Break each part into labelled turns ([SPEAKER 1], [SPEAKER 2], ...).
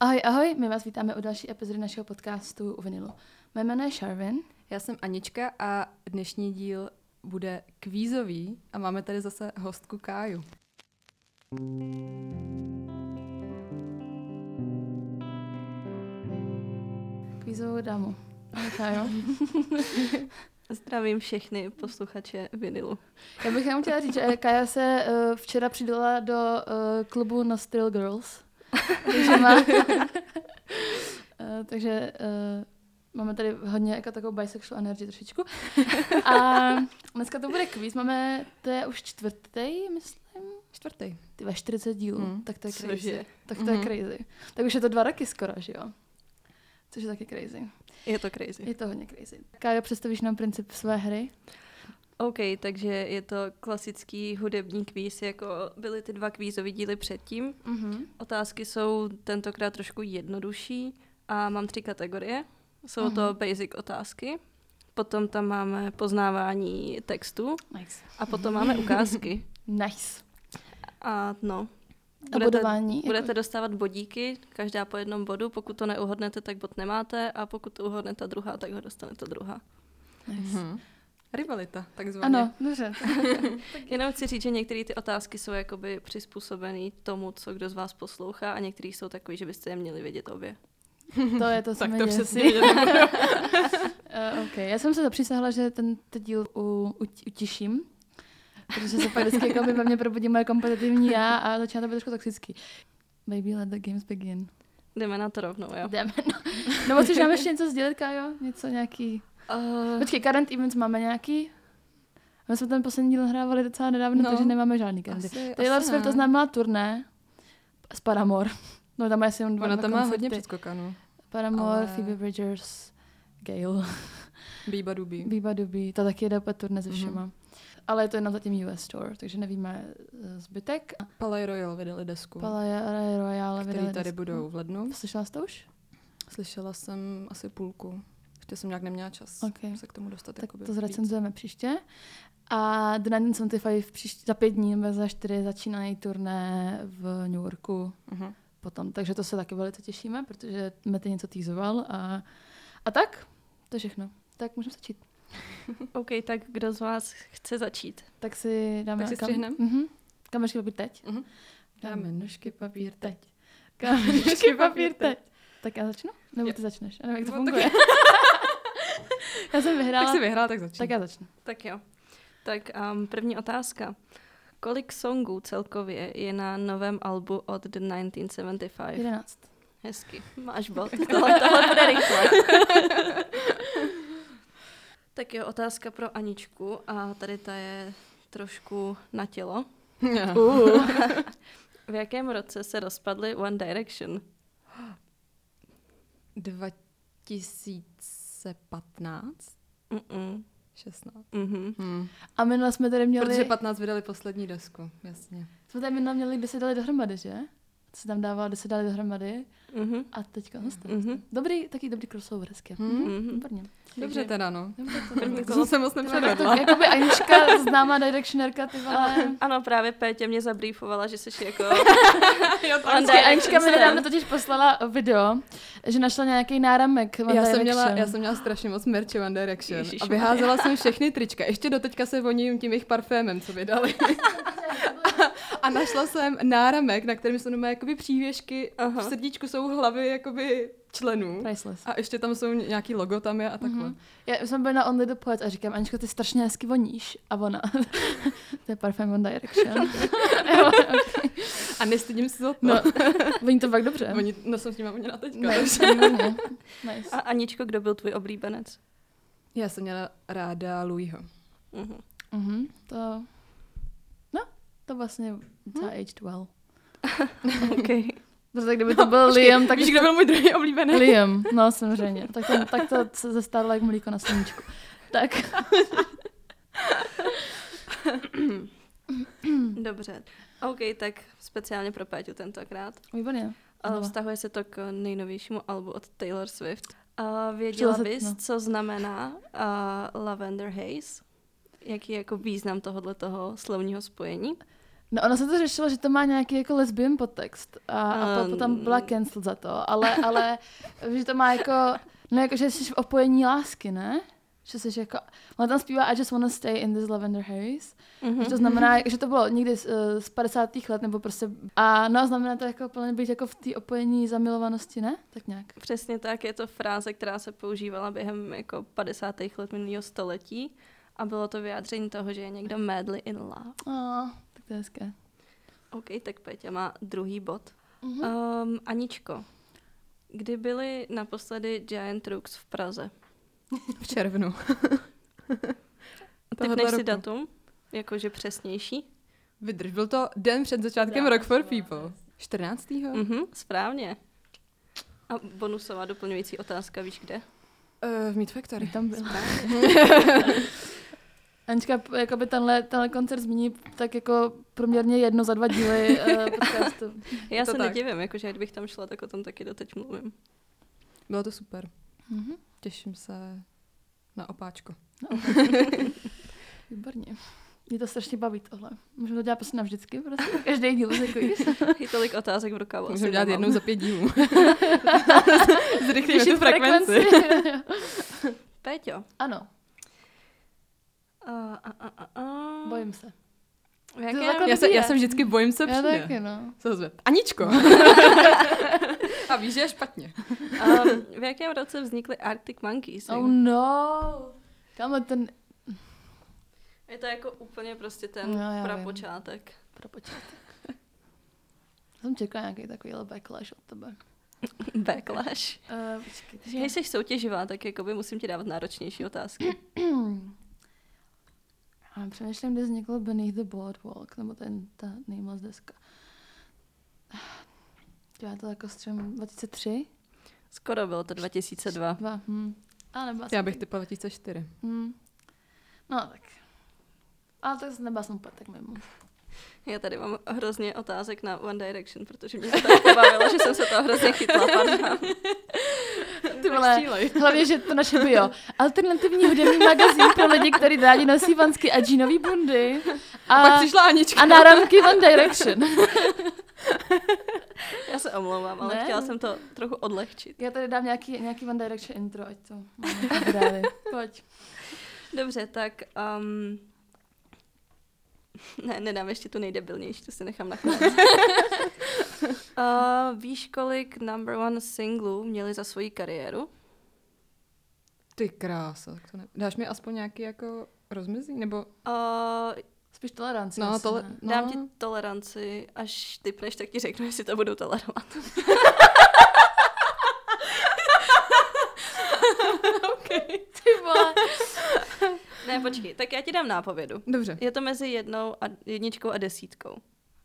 [SPEAKER 1] Ahoj, ahoj, my vás vítáme u další epizody našeho podcastu u Vinilu. Mé jméno je Sharvin.
[SPEAKER 2] Já jsem Anička a dnešní díl bude kvízový a máme tady zase hostku Káju.
[SPEAKER 1] Kvízovou dámu. Ahoj, jo.
[SPEAKER 3] Zdravím všechny posluchače vinilu.
[SPEAKER 1] Já bych vám chtěla říct, že Kaja se eh, včera přidala do eh, klubu Nostril Girls. Takže, má, Eh, takže eh, máme tady hodně jako takovou bisexual energy trošičku. A dneska to bude quiz, máme, to je už čtvrtý, myslím,
[SPEAKER 2] Čtvrtý.
[SPEAKER 1] ty 40 dílů,
[SPEAKER 2] Hmm,
[SPEAKER 1] tak to je
[SPEAKER 3] cože.
[SPEAKER 1] crazy. Tak to je
[SPEAKER 2] Mhm.
[SPEAKER 1] crazy. Tak už je to dva roky skoro, že jo? Což je taky crazy.
[SPEAKER 3] Je to crazy.
[SPEAKER 1] Je to hodně crazy. Kájo, představíš nám princip své hry?
[SPEAKER 3] OK, takže je to klasický hudební kvíz, jako byly ty dva kvízový díly předtím.
[SPEAKER 1] Mhm.
[SPEAKER 3] Otázky jsou tentokrát trošku jednodušší a mám tři kategorie. Jsou to
[SPEAKER 1] Mhm.
[SPEAKER 3] basic otázky, potom tam máme poznávání textu
[SPEAKER 1] Nice.
[SPEAKER 3] a potom máme ukázky.
[SPEAKER 1] Nice. jako-
[SPEAKER 3] A no,
[SPEAKER 1] A
[SPEAKER 3] Budete-
[SPEAKER 1] bodování?
[SPEAKER 3] budete dostávat bodíky, každá po jednom bodu. Pokud to neuhodnete, tak bod nemáte a pokud to uhodne ta druhá, tak ho dostane ta druhá.
[SPEAKER 1] Nice.
[SPEAKER 2] Mhm. Rivalita, takzvaně.
[SPEAKER 1] Ano, dobře.
[SPEAKER 3] Jenom chci říct, že některé ty otázky jsou jakoby přizpůsobené tomu, co kdo z vás poslouchá a některé jsou takové, že byste je měli vědět obě.
[SPEAKER 1] To je to, co
[SPEAKER 2] Tak
[SPEAKER 1] jsme
[SPEAKER 2] to
[SPEAKER 1] děsí.
[SPEAKER 2] přesně vědět nebudu.
[SPEAKER 1] Eh, OK, já jsem se zapřísahala, že tento díl u, uti- utiším. Protože se pak vždycky jako by ve mně probudí moje kompetitivní já a začíná to být trošku toxický. Baby, let the games begin.
[SPEAKER 3] Jdeme na to rovnou, jo?
[SPEAKER 1] Jdeme. No, no chceš nám ještě něco sdělit, Kájo? Něco nějaký...
[SPEAKER 2] Eh.
[SPEAKER 3] Uh,
[SPEAKER 1] Počkej, current events máme nějaký? My jsme ten poslední díl nahrávali docela nedávno,
[SPEAKER 2] No.
[SPEAKER 1] no. takže nemáme žádný current event.
[SPEAKER 2] Asi,
[SPEAKER 1] Taylor
[SPEAKER 2] asi
[SPEAKER 1] Swift
[SPEAKER 2] ne.
[SPEAKER 1] oznámila turné s Paramore. No tam má asi jen dva
[SPEAKER 2] Ona
[SPEAKER 1] dva
[SPEAKER 2] tam má
[SPEAKER 1] koncerty.
[SPEAKER 2] hodně předskokanů.
[SPEAKER 1] Paramore,
[SPEAKER 2] ale-
[SPEAKER 1] Phoebe Bridgers, Gail,
[SPEAKER 2] Bíba dubí.
[SPEAKER 1] Biba Dubi, ta taky jde po turné
[SPEAKER 2] Mhm.
[SPEAKER 1] se všema. Ale je to jenom zatím US Tour, takže nevíme eh, zbytek.
[SPEAKER 2] Palais Royal vydali desku,
[SPEAKER 1] Palais Royale,
[SPEAKER 2] který
[SPEAKER 1] vydali
[SPEAKER 2] tady
[SPEAKER 1] desku.
[SPEAKER 2] budou v lednu.
[SPEAKER 1] Slyšela jsi to už?
[SPEAKER 2] Slyšela jsem asi půlku. Ještě jsem nějak neměla čas
[SPEAKER 1] Ok.
[SPEAKER 2] se k tomu dostat.
[SPEAKER 1] Tak
[SPEAKER 2] jakoby
[SPEAKER 1] to
[SPEAKER 2] víc.
[SPEAKER 1] zrecenzujeme příště. A The 1975 příští, za pět dní nebo za čtyři začíná její turné v New Yorku
[SPEAKER 2] Mhm.
[SPEAKER 1] potom. Takže to se taky velice těšíme, protože Mety něco týzoval a, a tak, to je všechno. Tak můžeme začít.
[SPEAKER 3] OK, tak kdo z vás chce začít?
[SPEAKER 1] Tak si dáme...
[SPEAKER 2] Tak si střihnem?
[SPEAKER 1] Mhm. Kamečky papír teď.
[SPEAKER 2] Mhm. Kamennožky, papír,
[SPEAKER 1] teď. Kamečky papír teď. Tak já začnu? Nebo
[SPEAKER 2] Jo.
[SPEAKER 1] ty začneš? Já nevím, jak to
[SPEAKER 2] No, tak-
[SPEAKER 1] funguje. já jsem vyhrála.
[SPEAKER 2] Tak si vyhrál, tak začni.
[SPEAKER 1] tak já začnu.
[SPEAKER 3] Tak jo. Tak um, první otázka. Kolik songů celkově je na novém albu od The 1975?
[SPEAKER 1] 11.
[SPEAKER 3] Hezky. Máš bod. Tohle, tohle bude rychle. tak jo, otázka pro Aničku a tady ta je trošku na tělo.
[SPEAKER 2] Já.
[SPEAKER 1] Uh.
[SPEAKER 3] V jakém roce se rozpadly One Direction?
[SPEAKER 2] 2015?
[SPEAKER 3] Mm-mm.
[SPEAKER 2] 16.
[SPEAKER 3] Mm-hmm.
[SPEAKER 2] Hmm.
[SPEAKER 1] A minule jsme tady měli...
[SPEAKER 2] Protože 15 vydali poslední desku, jasně.
[SPEAKER 1] Jsme tam jenom měli, kdy se dali dohromady, že? Co se tam dává, kdy se dali dohromady
[SPEAKER 3] Mm-hmm.
[SPEAKER 1] a teďka hostem.
[SPEAKER 3] Mm-hmm.
[SPEAKER 1] Dobrý, taky dobrý crossover, hezky. Mhm.
[SPEAKER 2] Hmm?
[SPEAKER 3] Mm-hmm.
[SPEAKER 1] Výborně.
[SPEAKER 2] Dobře teda, no.
[SPEAKER 1] Dobře to
[SPEAKER 3] První
[SPEAKER 1] bylo.
[SPEAKER 2] To jsem se moc
[SPEAKER 1] To
[SPEAKER 2] nepředvedla.
[SPEAKER 1] je Jakoby Anička, známá directionerka, ty vole.
[SPEAKER 3] Ano, právě Pétě mě zabrýfovala, že jsi jako... One
[SPEAKER 1] Počkej, Anička mi
[SPEAKER 3] Direction
[SPEAKER 1] nedávno
[SPEAKER 3] stan.
[SPEAKER 1] totiž poslala video, že našla nějaký náramek. One
[SPEAKER 2] Já jsem, měla,
[SPEAKER 1] Direction.
[SPEAKER 2] já jsem měla strašně moc merče One Direction a
[SPEAKER 3] Ježišmarja.
[SPEAKER 2] vyházela jsem všechny trička. Ještě doteďka se voním tím jejich parfémem, co vydali. A našla jsem náramek, na kterém jsou nové jakoby přívěšky,
[SPEAKER 3] Aha.
[SPEAKER 2] v srdíčku jsou hlavy jakoby členů.
[SPEAKER 1] Priceless.
[SPEAKER 2] A ještě tam jsou ně- nějaký logo tam je a takhle.
[SPEAKER 1] Mhm. Já jsem byla na Only the Poet a říkám, Aničko, ty strašně hezky voníš. A ona, to je parfém One Direction. Jo, okay.
[SPEAKER 2] A nestydím se za to.
[SPEAKER 1] No, voní to fakt dobře.
[SPEAKER 2] Oni, no jsem s nima voněna teďka.
[SPEAKER 1] Ne,
[SPEAKER 2] takže-
[SPEAKER 1] výborně. Nice.
[SPEAKER 3] A Aničko, kdo byl tvůj oblíbenec?
[SPEAKER 2] Já jsem měla ráda Louisho.
[SPEAKER 3] Mm-hmm.
[SPEAKER 1] Mhm, to... No, to vlastně docela aged well.
[SPEAKER 3] Okay.
[SPEAKER 1] Protože No kdyby to byl Liam, tak...
[SPEAKER 2] Víš, kdo byl můj druhý oblíbený?
[SPEAKER 1] Liam, no samozřejmě. Tak to, tak to se zestárlo jak mlíko na sluníčku. Tak,
[SPEAKER 3] Dobře. OK, tak speciálně pro Péťu tentokrát.
[SPEAKER 1] výborně.
[SPEAKER 3] A
[SPEAKER 1] Znova.
[SPEAKER 3] Vztahuje se to k nejnovějšímu albu od Taylor Swift. A
[SPEAKER 1] Přijela
[SPEAKER 3] věděla
[SPEAKER 1] se-
[SPEAKER 3] bys,
[SPEAKER 1] no.
[SPEAKER 3] co znamená uh, Lavender Haze? Jaký je jako význam tohohle toho slovního spojení?
[SPEAKER 1] No ono se to řešilo, že to má nějaký jako lesbian podtext a, a po-
[SPEAKER 3] Um.
[SPEAKER 1] potom byla cancel za to, ale, ale že to má jako, no jako, že jsi v opojení lásky, ne? Že jsi jako, ona tam zpívá I just wanna stay in this lavender haze,
[SPEAKER 3] Mhm.
[SPEAKER 1] mm-hmm. že
[SPEAKER 2] Mhm.
[SPEAKER 1] to znamená, že to bylo někdy z, eh, z 50. let, nebo prostě, a no a znamená to jako plně být jako v té opojení zamilovanosti, ne? Tak nějak.
[SPEAKER 3] Přesně tak, je to fráze, která se používala během jako 50. let minulého století a bylo to vyjádření toho, že je někdo madly in love.
[SPEAKER 1] Oh, tak to je hezké.
[SPEAKER 3] OK, tak Peťa má druhý bod.
[SPEAKER 1] Mhm.
[SPEAKER 3] Um, Aničko, kdy byly naposledy Giant Rooks v Praze?
[SPEAKER 2] V červnu. Tohoto
[SPEAKER 3] Typneš si
[SPEAKER 2] roku.
[SPEAKER 3] datum? Jakože přesnější?
[SPEAKER 2] Vydrž, byl to den před začátkem Rock for People. 14. Mm.
[SPEAKER 3] Mhm, správně. A bonusová doplňující otázka, víš kde?
[SPEAKER 2] Uh, v Meet
[SPEAKER 1] Kdy
[SPEAKER 2] Factory.
[SPEAKER 1] tam byl. Anička, p- jakoby tenhle, tenhle koncert zmíní tak jako proměrně jedno za dva díly eh, podcastu.
[SPEAKER 3] Já
[SPEAKER 2] to
[SPEAKER 3] se
[SPEAKER 2] tak.
[SPEAKER 3] nedivím, jakože kdybych tam šla, tak o tom taky doteď mluvím.
[SPEAKER 2] Bylo to super.
[SPEAKER 1] Mhm.
[SPEAKER 2] Těším se na opáčko.
[SPEAKER 1] Výborně. Mě to strašně baví tohle. Můžeme to dělat prostě navždycky, prostě každý díl řekli.
[SPEAKER 3] Je tolik otázek v rukávu.
[SPEAKER 2] Můžeme
[SPEAKER 3] asi
[SPEAKER 2] dělat
[SPEAKER 3] nemám.
[SPEAKER 2] jednou za pět dílů. Zrychlíme tu frekvenci.
[SPEAKER 3] Péťo.
[SPEAKER 1] ano,
[SPEAKER 3] A, a, a, a, a.
[SPEAKER 1] bojím se.
[SPEAKER 3] V jakém,
[SPEAKER 1] takhle-
[SPEAKER 2] Já se, já
[SPEAKER 1] je.
[SPEAKER 2] se vždycky bojím, co
[SPEAKER 1] Já
[SPEAKER 2] přijde.
[SPEAKER 1] taky, no.
[SPEAKER 2] Co zve? Aničko. A víš, že je špatně.
[SPEAKER 3] um, v jakém roce vznikly Arctic Monkeys?
[SPEAKER 1] Oh no. Kámo, ten
[SPEAKER 3] Je to jako úplně prostě ten
[SPEAKER 1] No, já
[SPEAKER 3] no,
[SPEAKER 1] vím.
[SPEAKER 3] prapočátek.
[SPEAKER 1] pro počátek. Já jsem čekala nějaký takovýhle backlash od tebe.
[SPEAKER 3] Backlash.
[SPEAKER 2] Eh,
[SPEAKER 1] Uh, počkej,
[SPEAKER 3] Že když jsi soutěživá, tak jakoby musím ti dávat náročnější otázky.
[SPEAKER 1] A přemýšlím, kde vznikl Beneath the Boardwalk, nebo ten, ta Nameless deska. Já to jako střem 2003?
[SPEAKER 3] Skoro bylo to 2002.
[SPEAKER 1] Dva, hm. Ale nebyla
[SPEAKER 2] No. Já
[SPEAKER 1] jsem
[SPEAKER 2] bych
[SPEAKER 1] tak-
[SPEAKER 2] typla 2004.
[SPEAKER 1] Hm. No tak. Ale tak nebyla jsem úplně tak mimo.
[SPEAKER 3] Já tady mám hrozně otázek na One Direction, protože mě to tak pobavilo, že jsem se toho hrozně chytla. Pardon.
[SPEAKER 1] Ty vole,
[SPEAKER 2] střílej.
[SPEAKER 1] hlavně, že to naše bio. Alternativní hudební magazín pro lidi, kteří rádi nosí vansky a džínový bundy.
[SPEAKER 2] A,
[SPEAKER 1] A,
[SPEAKER 2] pak přišla Anička.
[SPEAKER 1] a náramky One Direction.
[SPEAKER 3] Já se omlouvám, ale
[SPEAKER 1] Ne.
[SPEAKER 3] ne. chtěla jsem to trochu odlehčit.
[SPEAKER 1] Já tady dám nějaký, nějaký One Direction intro, ať to máme dali. Pojď.
[SPEAKER 3] Dobře, tak... Um... Ne, nedám ještě tu nejdebilnější, to si nechám na konec. uh, víš, kolik number one singlů měli za svoji kariéru?
[SPEAKER 2] Ty krása. tak To ne... Dáš mi aspoň nějaký jako rozmezí? Nebo...
[SPEAKER 3] Uh,
[SPEAKER 1] Spíš toleranci.
[SPEAKER 2] No,
[SPEAKER 1] asi,
[SPEAKER 2] tole...
[SPEAKER 1] ne?
[SPEAKER 2] no.
[SPEAKER 3] Dám ti toleranci, až typneš, tak ti řeknu, jestli to budu tolerovat.
[SPEAKER 1] Ty vole.
[SPEAKER 3] Ne, počkej, tak já ti dám nápovědu.
[SPEAKER 2] Dobře.
[SPEAKER 3] Je to mezi jednou a jedničkou a desítkou.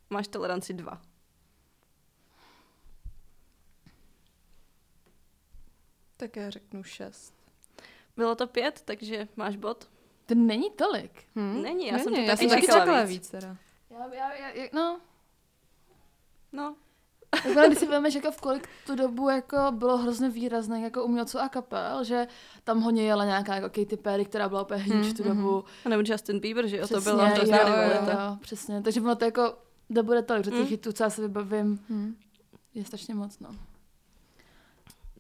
[SPEAKER 3] Máš toleranci dva.
[SPEAKER 2] Tak já řeknu šest.
[SPEAKER 3] Bylo to pět, takže máš bod.
[SPEAKER 1] To není tolik.
[SPEAKER 2] Hm?
[SPEAKER 3] Není, já jsem to
[SPEAKER 2] já
[SPEAKER 3] taky
[SPEAKER 2] jsem taky
[SPEAKER 3] čekala
[SPEAKER 2] čekala
[SPEAKER 3] víc.
[SPEAKER 2] víc. teda.
[SPEAKER 1] Já, já, já, já no.
[SPEAKER 3] No,
[SPEAKER 1] Tak ale když si vemeš, jako v kolik tu dobu jako bylo hrozně výrazné jako umělců a kapel, že tam hodně jela nějaká jako Katy Perry, která byla úplně hníč tu
[SPEAKER 2] mhm.
[SPEAKER 1] dobu.
[SPEAKER 3] a nebo Justin Bieber, že jo, to
[SPEAKER 1] Přesně,
[SPEAKER 3] bylo hrozně
[SPEAKER 1] jo,
[SPEAKER 3] rivalita.
[SPEAKER 1] jo, jo, přesně. Takže ono to jako, to bude tolik, že těch
[SPEAKER 3] Mm.
[SPEAKER 1] hitů, co já se vybavím,
[SPEAKER 2] Hm.
[SPEAKER 1] je strašně moc, no.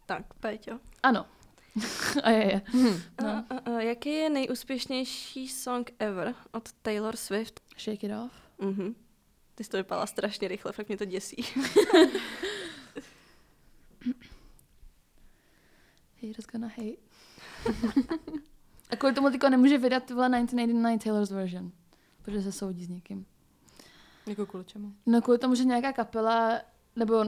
[SPEAKER 3] Tak, Péťo.
[SPEAKER 1] Ano. a je, je.
[SPEAKER 2] Hm.
[SPEAKER 3] No.
[SPEAKER 1] No.
[SPEAKER 3] A, a, a, jaký je nejúspěšnější song ever od Taylor Swift?
[SPEAKER 1] Shake it off.
[SPEAKER 3] Mhm. Ty jsi to vypadala strašně rychle, fakt mě to děsí.
[SPEAKER 1] Haters gonna hate. a kvůli tomu teďka nemůže vydat tyhle 1989 Taylor's version, protože se soudí s někým.
[SPEAKER 2] Jako kvůli čemu?
[SPEAKER 1] No kvůli tomu, že nějaká kapela, nebo uh,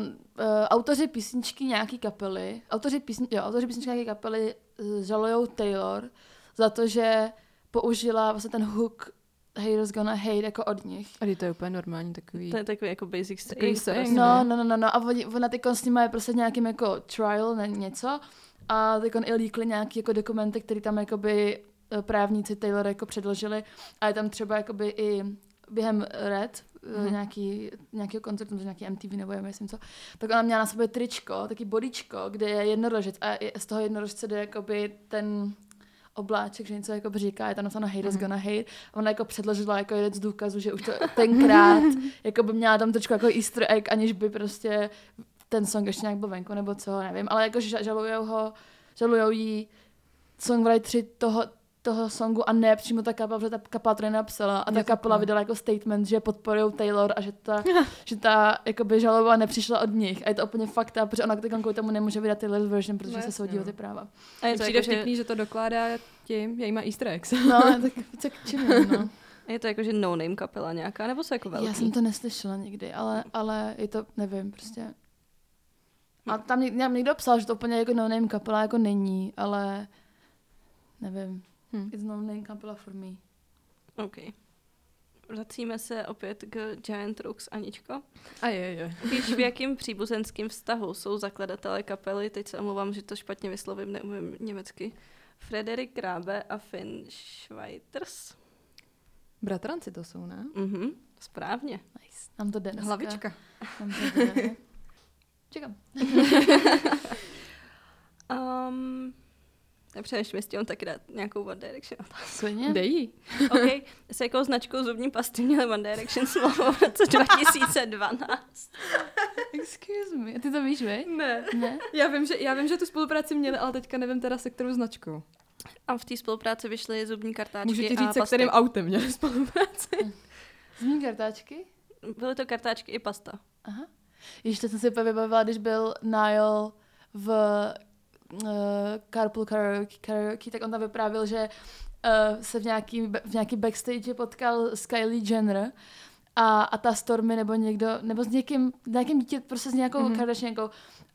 [SPEAKER 1] autoři písničky nějaký kapely, autoři, písni, jo, autoři písničky nějaký kapely uh, žalujou Taylor za to, že použila vlastně ten hook Haters Gonna Hate jako od nich.
[SPEAKER 2] A to je úplně normální takový.
[SPEAKER 3] To je takový jako basic
[SPEAKER 2] Takový
[SPEAKER 3] song.
[SPEAKER 2] song,
[SPEAKER 3] prostě.
[SPEAKER 1] No, no, no, no, no. a oni- ona teď s nimi je prostě nějakým jako trial, ne, něco a teď i líkli nějaký jako dokumenty, které tam jakoby eh, právníci Taylor jako předložili a je tam třeba jakoby i během Red, mm-hmm.
[SPEAKER 2] Mhm.
[SPEAKER 1] nějaký, nějakého koncertu, nebo nějaký MTV nebo já myslím co, tak ona měla na sobě tričko, taky bodičko, kde je jednorožec a je- z toho jednorožce jde jakoby ten obláček, že něco jako říká, je tam napsáno hate is gonna hate. A ona jako předložila jako jeden z důkazů, že už to tenkrát jako by měla tam trošku jako easter egg, aniž by prostě ten song ještě nějak byl venku nebo co, nevím. Ale jako ža- žalujou ho, žalujou jí songwriteri toho, toho songu a ne přímo ta kapela, protože ta kapela to nenapsala a ta
[SPEAKER 2] Jo,
[SPEAKER 1] kapela
[SPEAKER 2] takhle.
[SPEAKER 1] vydala jako statement, že podporují Taylor a že ta, že ta jakoby, žaloba nepřišla od nich. A je to úplně fakta, protože ona teď kvůli tomu nemůže vydat Taylor version, protože
[SPEAKER 2] No
[SPEAKER 1] se
[SPEAKER 2] jasně,
[SPEAKER 1] soudí o
[SPEAKER 2] no.
[SPEAKER 1] ty práva.
[SPEAKER 3] A
[SPEAKER 2] Mně
[SPEAKER 3] je to,
[SPEAKER 2] přijde
[SPEAKER 3] jako, že,
[SPEAKER 2] vtipný, že to dokládá tím, jaký má easter eggs.
[SPEAKER 1] No, tak co k čemu, no.
[SPEAKER 3] je to jako, že no-name kapela nějaká, nebo jsou jako velký?
[SPEAKER 1] Já jsem to neslyšela nikdy, ale, ale je to, nevím, prostě.
[SPEAKER 2] No.
[SPEAKER 1] A tam něk- nám někdo psal, že to úplně jako no name kapela jako není, ale nevím.
[SPEAKER 2] Hm.
[SPEAKER 1] Hmm. It's no name kapela for me.
[SPEAKER 3] OK. Vracíme se opět k Giant Rooks, Aničko.
[SPEAKER 2] A je, je.
[SPEAKER 3] Víš, v jakém příbuzenském vztahu jsou zakladatelé kapely, teď se omlouvám, že to špatně vyslovím, neumím německy, Frederik Krábe a Finn Schweiters.
[SPEAKER 2] Bratranci to jsou, ne?
[SPEAKER 3] Mhm, správně.
[SPEAKER 1] Nice. Nám to jde dneska.
[SPEAKER 2] Hlavička.
[SPEAKER 1] Nám to jde. Čekám.
[SPEAKER 3] Um, Nepřemýšlím, jestli on taky dát nějakou One Direction otázku.
[SPEAKER 1] Skvělně?
[SPEAKER 2] Dej jí.
[SPEAKER 3] OK, s jakou značkou zubní pasty měl One Direction smlouvu v roce 2012?
[SPEAKER 1] Excuse me. Ty to víš, vej?
[SPEAKER 2] Ne.
[SPEAKER 1] Ne?
[SPEAKER 2] Já vím, že, já vím, že tu spolupráci měli, ale teďka nevím teda se kterou značkou.
[SPEAKER 3] A v té spolupráci vyšly zubní kartáčky
[SPEAKER 2] Můžu ti
[SPEAKER 3] a
[SPEAKER 2] říct, se
[SPEAKER 3] pasta.
[SPEAKER 2] kterým autem měli spolupráci.
[SPEAKER 1] Zmíní kartáčky?
[SPEAKER 3] Byly to kartáčky i pasta.
[SPEAKER 1] Aha. Ještě jsem si úplně vybavila, když byl Niall v uh, Carpool karaoke, karaoke, tak on tam vyprávěl, že uh, se v nějaký, v nějaký backstage potkal s Kylie Jenner a, a ta Stormy nebo někdo, nebo s někým, nějakým dítě, prostě s nějakou
[SPEAKER 2] Mhm.
[SPEAKER 1] mm-hmm. Kardashiankou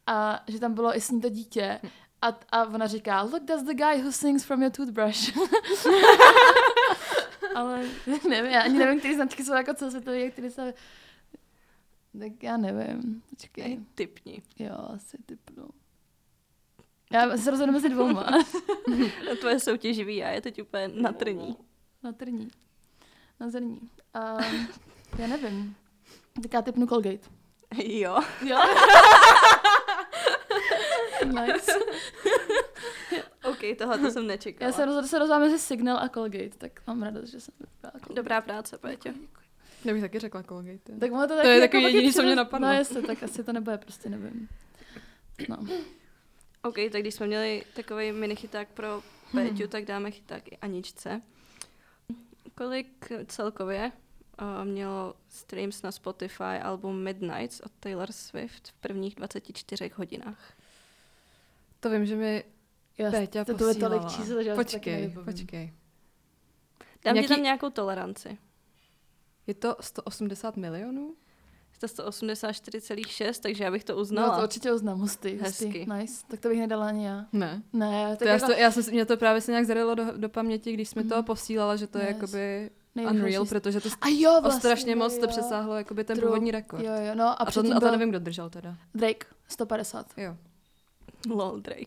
[SPEAKER 1] a že tam bylo i s ní to dítě a, a ona říká, look, that's the guy who sings from your toothbrush. Ale nevím, já ani nevím, které značky jsou jako celosvětové, které jsou... Tak já nevím.
[SPEAKER 3] Okay.
[SPEAKER 1] Počkej.
[SPEAKER 3] Typní.
[SPEAKER 1] Jo, asi typnu. Já se rozhodnu mezi dvouma.
[SPEAKER 3] Tvoje soutěživý já je teď úplně na trní.
[SPEAKER 2] No.
[SPEAKER 1] Na trní. Na zrní. Um, já nevím. Tak já typnu Colgate.
[SPEAKER 3] Jo.
[SPEAKER 1] Jo. nice.
[SPEAKER 3] OK, tohle to jsem nečekala.
[SPEAKER 1] Já se rozhodla, se rozhodla mezi Signal a Colgate, tak mám radost, že jsem vybrala Colgate.
[SPEAKER 3] Dobrá práce, Péťo.
[SPEAKER 2] Já bych taky řekla Colgate.
[SPEAKER 1] Tak ono to,
[SPEAKER 2] je
[SPEAKER 1] jako
[SPEAKER 2] takový
[SPEAKER 1] pak
[SPEAKER 2] jediný, co
[SPEAKER 1] přiroz-
[SPEAKER 2] mě napadlo.
[SPEAKER 1] No jestli, tak asi to nebude, prostě nevím. No.
[SPEAKER 3] OK, tak když jsme měli takový mini chyták pro Péťu, tak dáme chyták i Aničce. Kolik celkově uh, mělo streams na Spotify album Midnights od Taylor Swift v prvních 24 hodinách?
[SPEAKER 2] To vím, že mi
[SPEAKER 1] Já
[SPEAKER 2] Péťa
[SPEAKER 1] to to je
[SPEAKER 2] posílala.
[SPEAKER 1] tolik čísel, že já si taky
[SPEAKER 2] Počkej,
[SPEAKER 1] nevybavím.
[SPEAKER 2] počkej.
[SPEAKER 3] Dám Nějaký...
[SPEAKER 2] Nějaký-
[SPEAKER 3] ti tam nějakou toleranci.
[SPEAKER 2] Je to 180 milionů?
[SPEAKER 3] Je to 184,6, takže já bych to uznala.
[SPEAKER 1] No to určitě uznám, hustý,
[SPEAKER 3] Hezky.
[SPEAKER 1] hustý. Nice, tak to bych nedala ani já.
[SPEAKER 2] Ne.
[SPEAKER 1] Ne,
[SPEAKER 2] To
[SPEAKER 1] tak
[SPEAKER 2] já,
[SPEAKER 1] jako
[SPEAKER 2] to, já jsem, si- mě to právě se nějak zarilo do, do paměti, když jsme to
[SPEAKER 1] Mhm.
[SPEAKER 2] posílala, že to je
[SPEAKER 1] Yes.
[SPEAKER 2] jakoby
[SPEAKER 1] nejrychlejší
[SPEAKER 2] unreal,
[SPEAKER 1] st-
[SPEAKER 2] protože to
[SPEAKER 1] A jo,
[SPEAKER 2] o
[SPEAKER 1] vlastně,
[SPEAKER 2] strašně
[SPEAKER 1] jo,
[SPEAKER 2] moc to
[SPEAKER 1] jo.
[SPEAKER 2] přesáhlo jakoby ten
[SPEAKER 1] True.
[SPEAKER 2] původní rekord.
[SPEAKER 1] Jo, jo, no a,
[SPEAKER 2] A, to,
[SPEAKER 1] předtím
[SPEAKER 2] a to
[SPEAKER 1] byl
[SPEAKER 2] nevím, kdo držel teda.
[SPEAKER 1] Drake, 150.
[SPEAKER 2] Jo.
[SPEAKER 3] Lol Drake.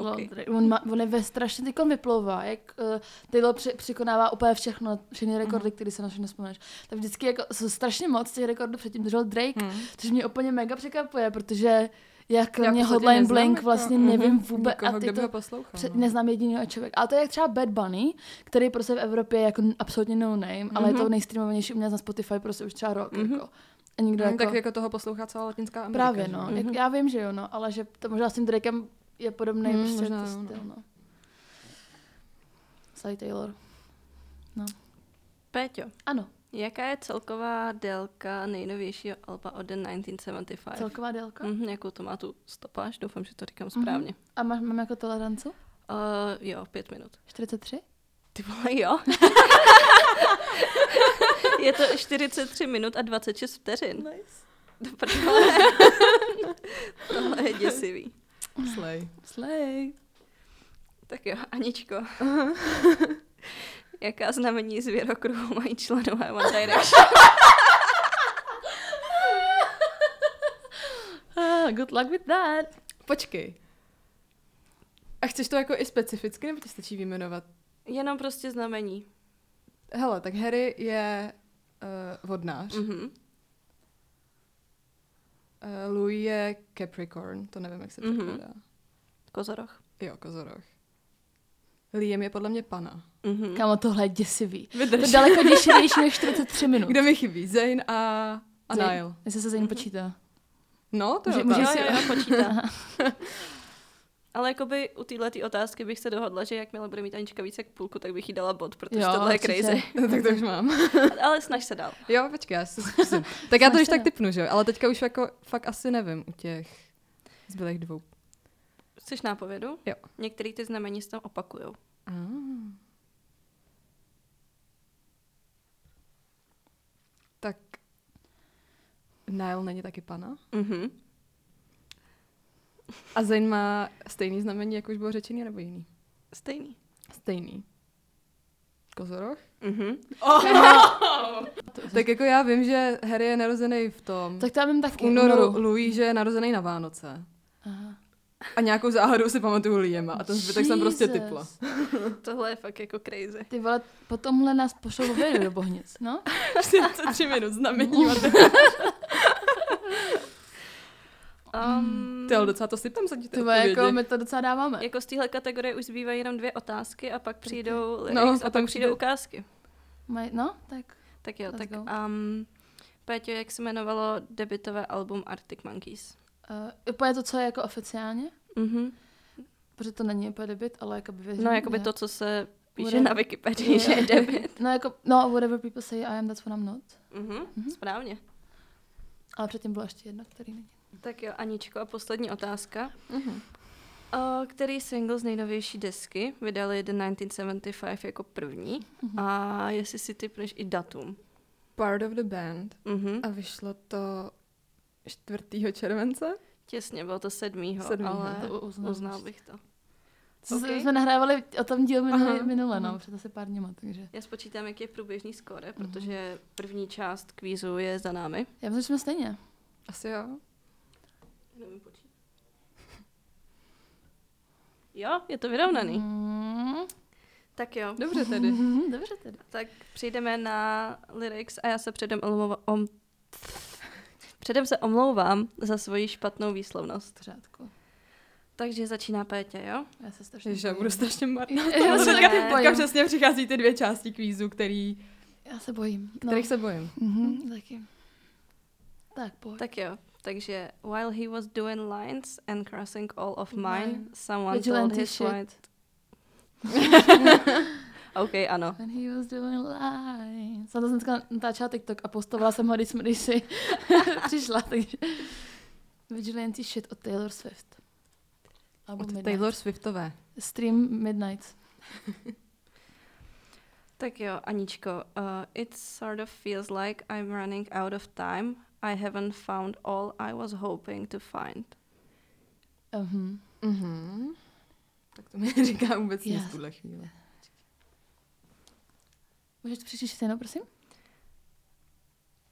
[SPEAKER 1] Lol,
[SPEAKER 3] Okay.
[SPEAKER 1] Drake. No, On, má, on je ve strašně, teď vyplouvá, jak uh, Taylor při, překonává úplně všechno, všechny
[SPEAKER 2] Mhm.
[SPEAKER 1] rekordy, které se na všechno vzpomeneš. Tak vždycky jako, jsou strašně moc těch rekordů předtím držel Drake,
[SPEAKER 2] Hmm.
[SPEAKER 1] Což mě úplně mega překvapuje, protože já kromě
[SPEAKER 2] v podstatě
[SPEAKER 1] Hotline
[SPEAKER 2] neznám
[SPEAKER 1] Blank
[SPEAKER 2] jako-
[SPEAKER 1] vlastně
[SPEAKER 2] mhm,
[SPEAKER 1] nevím vůbec
[SPEAKER 2] Nikoho,
[SPEAKER 1] a ty
[SPEAKER 2] kdo by
[SPEAKER 1] to
[SPEAKER 2] ho poslouchal.
[SPEAKER 1] před,
[SPEAKER 2] no.
[SPEAKER 1] neznám jediného člověk. Ale to je jak třeba Bad Bunny, který prostě v Evropě je jako absolutně no name, mm-hmm. ale je to
[SPEAKER 2] Mhm.
[SPEAKER 1] nejstreamovanější u nás na Spotify prostě už třeba rok.
[SPEAKER 3] Mhm.
[SPEAKER 1] Mm-hmm. Jako. A nikdo
[SPEAKER 2] Hmm,
[SPEAKER 1] jako,
[SPEAKER 2] Tak jako toho poslouchá celá Latinská Amerika.
[SPEAKER 1] právě
[SPEAKER 2] že
[SPEAKER 1] no.
[SPEAKER 2] jo?
[SPEAKER 1] Jak,
[SPEAKER 3] Mhm.
[SPEAKER 1] já vím, že jo, no, ale že to možná s tím Drakem je podobný
[SPEAKER 2] Mm,
[SPEAKER 1] mm, prostě
[SPEAKER 2] možná
[SPEAKER 1] to
[SPEAKER 2] jo, no.
[SPEAKER 1] styl, no. Sally Taylor.
[SPEAKER 3] Péťo,
[SPEAKER 1] Ano,
[SPEAKER 3] jaká je celková délka nejnovějšího alba od The 1975?
[SPEAKER 1] celková délka.
[SPEAKER 2] Hmm.
[SPEAKER 1] Mm.
[SPEAKER 3] Mhm, jakou to má tu stopáž? Doufám, že to říkám správně.
[SPEAKER 1] A má, mám jako toleranci?
[SPEAKER 3] Uh, jo, pět minut.
[SPEAKER 1] 43?
[SPEAKER 3] Ty vole, jo. je to 43 minut a 26 vteřin.
[SPEAKER 1] Nice.
[SPEAKER 3] Do prdele. Tohle je děsivý.
[SPEAKER 2] Slej.
[SPEAKER 1] Slay.
[SPEAKER 3] Tak jo, Aničko. Jaká znamení zvěrokruhu mají členové One Direction?
[SPEAKER 1] Ah, good luck with that.
[SPEAKER 2] Počkej. A chceš to jako i specificky, nebo ti stačí vyjmenovat?
[SPEAKER 3] Jenom prostě znamení.
[SPEAKER 2] Hele, tak Harry je
[SPEAKER 1] eh,
[SPEAKER 2] uh, vodnář, mm.
[SPEAKER 3] Mhm.
[SPEAKER 2] uh, Louis je Capricorn, to nevím, jak se
[SPEAKER 3] Mhm.
[SPEAKER 2] překládá.
[SPEAKER 3] Kozoroch.
[SPEAKER 2] Jo, kozoroch. Liam je podle mě pana.
[SPEAKER 3] Mhm.
[SPEAKER 2] Hmm.
[SPEAKER 1] Kámo, tohle je děsivý. To je
[SPEAKER 2] Vydrž.
[SPEAKER 1] daleko děsivější než 43 minut.
[SPEAKER 2] Kde mi chybí? Zayn a, a
[SPEAKER 1] Zayn-
[SPEAKER 2] Niall.
[SPEAKER 1] Jestli se za
[SPEAKER 2] Mhm.
[SPEAKER 1] ní počítá.
[SPEAKER 2] No, to
[SPEAKER 1] Může-
[SPEAKER 2] je
[SPEAKER 1] může
[SPEAKER 2] může
[SPEAKER 3] Jo,
[SPEAKER 1] si-
[SPEAKER 3] jo, jo, počítá. Ale jakoby u téhle otázky bych se dohodla, že jakmile bude mít Anička více jak půlku, tak bych jí dala bod, protože
[SPEAKER 1] Jo,
[SPEAKER 3] tohle je
[SPEAKER 1] určitě.
[SPEAKER 3] crazy.
[SPEAKER 2] Tak to už mám.
[SPEAKER 3] Ale snaž se dál.
[SPEAKER 2] Jo, počkej, já se zkusím. Tak já to
[SPEAKER 1] Snaž
[SPEAKER 2] už
[SPEAKER 1] se.
[SPEAKER 2] tak typnu, že jo? Ale teďka už jako fakt asi nevím u těch zbylých dvou.
[SPEAKER 3] Chceš nápovědu?
[SPEAKER 2] Jo.
[SPEAKER 3] Některý ty znamení se tam opakujou.
[SPEAKER 2] Ah. Tak Nile není taky pana.
[SPEAKER 3] Mhm.
[SPEAKER 2] A Zayn má stejný znamení, jak už bylo řečený, nebo jiný?
[SPEAKER 3] Stejný.
[SPEAKER 2] Stejný. Kozoroch?
[SPEAKER 3] Mhm.
[SPEAKER 2] Tak jako já vím, že Harry je narozený v tom.
[SPEAKER 1] Tak to já vím
[SPEAKER 2] v
[SPEAKER 1] taky.
[SPEAKER 2] únoru Louis, že je narozený na Vánoce.
[SPEAKER 1] Aha.
[SPEAKER 2] A nějakou záhadou si pamatuju Liema a ten zbytek jsem prostě
[SPEAKER 1] Jesus.
[SPEAKER 2] typla.
[SPEAKER 3] Tohle je fakt jako crazy.
[SPEAKER 1] Ty vole, po tomhle nás pošlou vědu do bohnic, no?
[SPEAKER 2] 43 minut znamení.
[SPEAKER 3] Um,
[SPEAKER 2] Ty, ale docela to si tam zadíte
[SPEAKER 1] Ty vole, jako my to docela dáváme.
[SPEAKER 3] jako z téhle kategorie už zbývají jenom dvě otázky a pak přijdou lyrics
[SPEAKER 2] No,
[SPEAKER 3] no,
[SPEAKER 2] a tam
[SPEAKER 3] a pak
[SPEAKER 2] přijde-
[SPEAKER 3] přijdou ukázky.
[SPEAKER 1] Maj, no, tak.
[SPEAKER 3] Tak jo,
[SPEAKER 1] Let's
[SPEAKER 3] tak
[SPEAKER 1] go.
[SPEAKER 3] um, Péťo, jak se jmenovalo debitové album Arctic Monkeys?
[SPEAKER 1] Uh, úplně to, co je jako oficiálně,
[SPEAKER 3] Mm-hmm.
[SPEAKER 1] protože to není úplně debit, ale jako by věřím.
[SPEAKER 3] No, jakoby
[SPEAKER 1] že-
[SPEAKER 3] to, co se píše
[SPEAKER 1] Bude-
[SPEAKER 3] na Wikipedii, že je debit.
[SPEAKER 1] No, jako, no, whatever people say, I am, that's what I'm not.
[SPEAKER 3] Mm-hmm. Správně.
[SPEAKER 1] Ale předtím bylo ještě jedno, který není.
[SPEAKER 3] Tak jo, Aničko, a poslední otázka. O, který single z nejnovější desky vydali The 1975 jako první?
[SPEAKER 1] Mhm.
[SPEAKER 3] A jestli si typneš i datum?
[SPEAKER 2] Part of the band.
[SPEAKER 3] Mhm.
[SPEAKER 2] A vyšlo to 4. července?
[SPEAKER 3] Těsně, bylo to sedmýho,
[SPEAKER 2] Sedmýho.
[SPEAKER 3] ale
[SPEAKER 1] To uznám
[SPEAKER 3] uznal
[SPEAKER 1] ještě.
[SPEAKER 3] bych to.
[SPEAKER 1] Co
[SPEAKER 3] Ok. Mhm.
[SPEAKER 1] okay. jsme nahrávali o tom díl minule,
[SPEAKER 2] Aha.
[SPEAKER 1] minule no, před asi pár dníma, takže.
[SPEAKER 3] Já spočítám, jaký je průběžný skóre, protože první část kvízu je za námi.
[SPEAKER 1] Já myslím, že jsme stejně.
[SPEAKER 2] Asi jo.
[SPEAKER 3] Nevím počítat. Jo, je to vyrovnaný.
[SPEAKER 1] Mm,
[SPEAKER 3] Tak jo,
[SPEAKER 2] Dobře tedy.
[SPEAKER 1] mhm, dobře tedy.
[SPEAKER 3] tak přijdeme na lyrics a já se předem, omlouva- om... předem se omlouvám za svoji špatnou
[SPEAKER 1] V
[SPEAKER 3] výslovnost.
[SPEAKER 1] pořádku.
[SPEAKER 3] Takže začíná Pétě, jo?
[SPEAKER 1] Já se strašně
[SPEAKER 2] Ježiš, já
[SPEAKER 1] bojím.
[SPEAKER 2] budu strašně marná.
[SPEAKER 1] Mhm. Já se
[SPEAKER 3] Teďka-
[SPEAKER 1] taky
[SPEAKER 2] Teďka
[SPEAKER 1] bojím.
[SPEAKER 2] přesně přichází ty dvě části kvízu, který,
[SPEAKER 1] Já se bojím. No.
[SPEAKER 2] kterých se bojím.
[SPEAKER 1] Mhm, taky. Tak, pojď.
[SPEAKER 3] Tak jo. Takže while he was doing lines and crossing all of
[SPEAKER 1] Mine.
[SPEAKER 3] mine, someone
[SPEAKER 1] Vigilante
[SPEAKER 3] told his
[SPEAKER 1] shit.
[SPEAKER 3] white... OK, ano.
[SPEAKER 1] When he was doing lines. Jsem to jsem dneska natáčela TikTok a postovala jsem ho, když, jsme- když si přišla, takže... Vigilante shit od Taylor Swift. Album
[SPEAKER 2] Od
[SPEAKER 1] Midnight.
[SPEAKER 2] Taylor Swiftové.
[SPEAKER 1] Stream Midnight.
[SPEAKER 3] Tak jo, Aničko, uh, it sort of feels like I'm running out of time. I haven't found all I was hoping to find.
[SPEAKER 1] Mhm.
[SPEAKER 2] Mhm. Tak to mi říká vůbec nic
[SPEAKER 1] Já-
[SPEAKER 2] v tuhle chvíli.
[SPEAKER 1] Můžeš to přečíst jenom, prosím?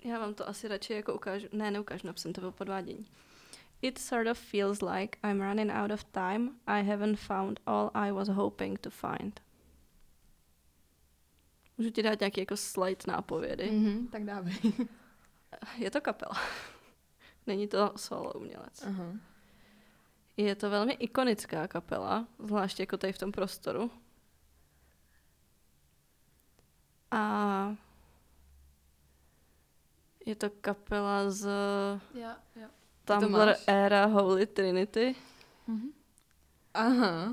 [SPEAKER 3] Já vám to asi radši jako ukážu. Ne, neukážu, napsám to bylo podvádění. It sort of feels like I'm running out of time. I haven't found all I was hoping to find. Můžu ti dát nějaký jako slide nápovědy.
[SPEAKER 2] Mhm, tak dávej.
[SPEAKER 3] Je to kapela. Není to solo umělec.
[SPEAKER 2] Aha.
[SPEAKER 3] Je to velmi ikonická kapela, zvlášť jako tady v tom prostoru. A je to kapela z
[SPEAKER 1] Já, já.
[SPEAKER 2] to
[SPEAKER 3] Tumblr
[SPEAKER 2] máš?
[SPEAKER 3] era Holy Trinity.
[SPEAKER 1] Mhm.
[SPEAKER 2] Aha.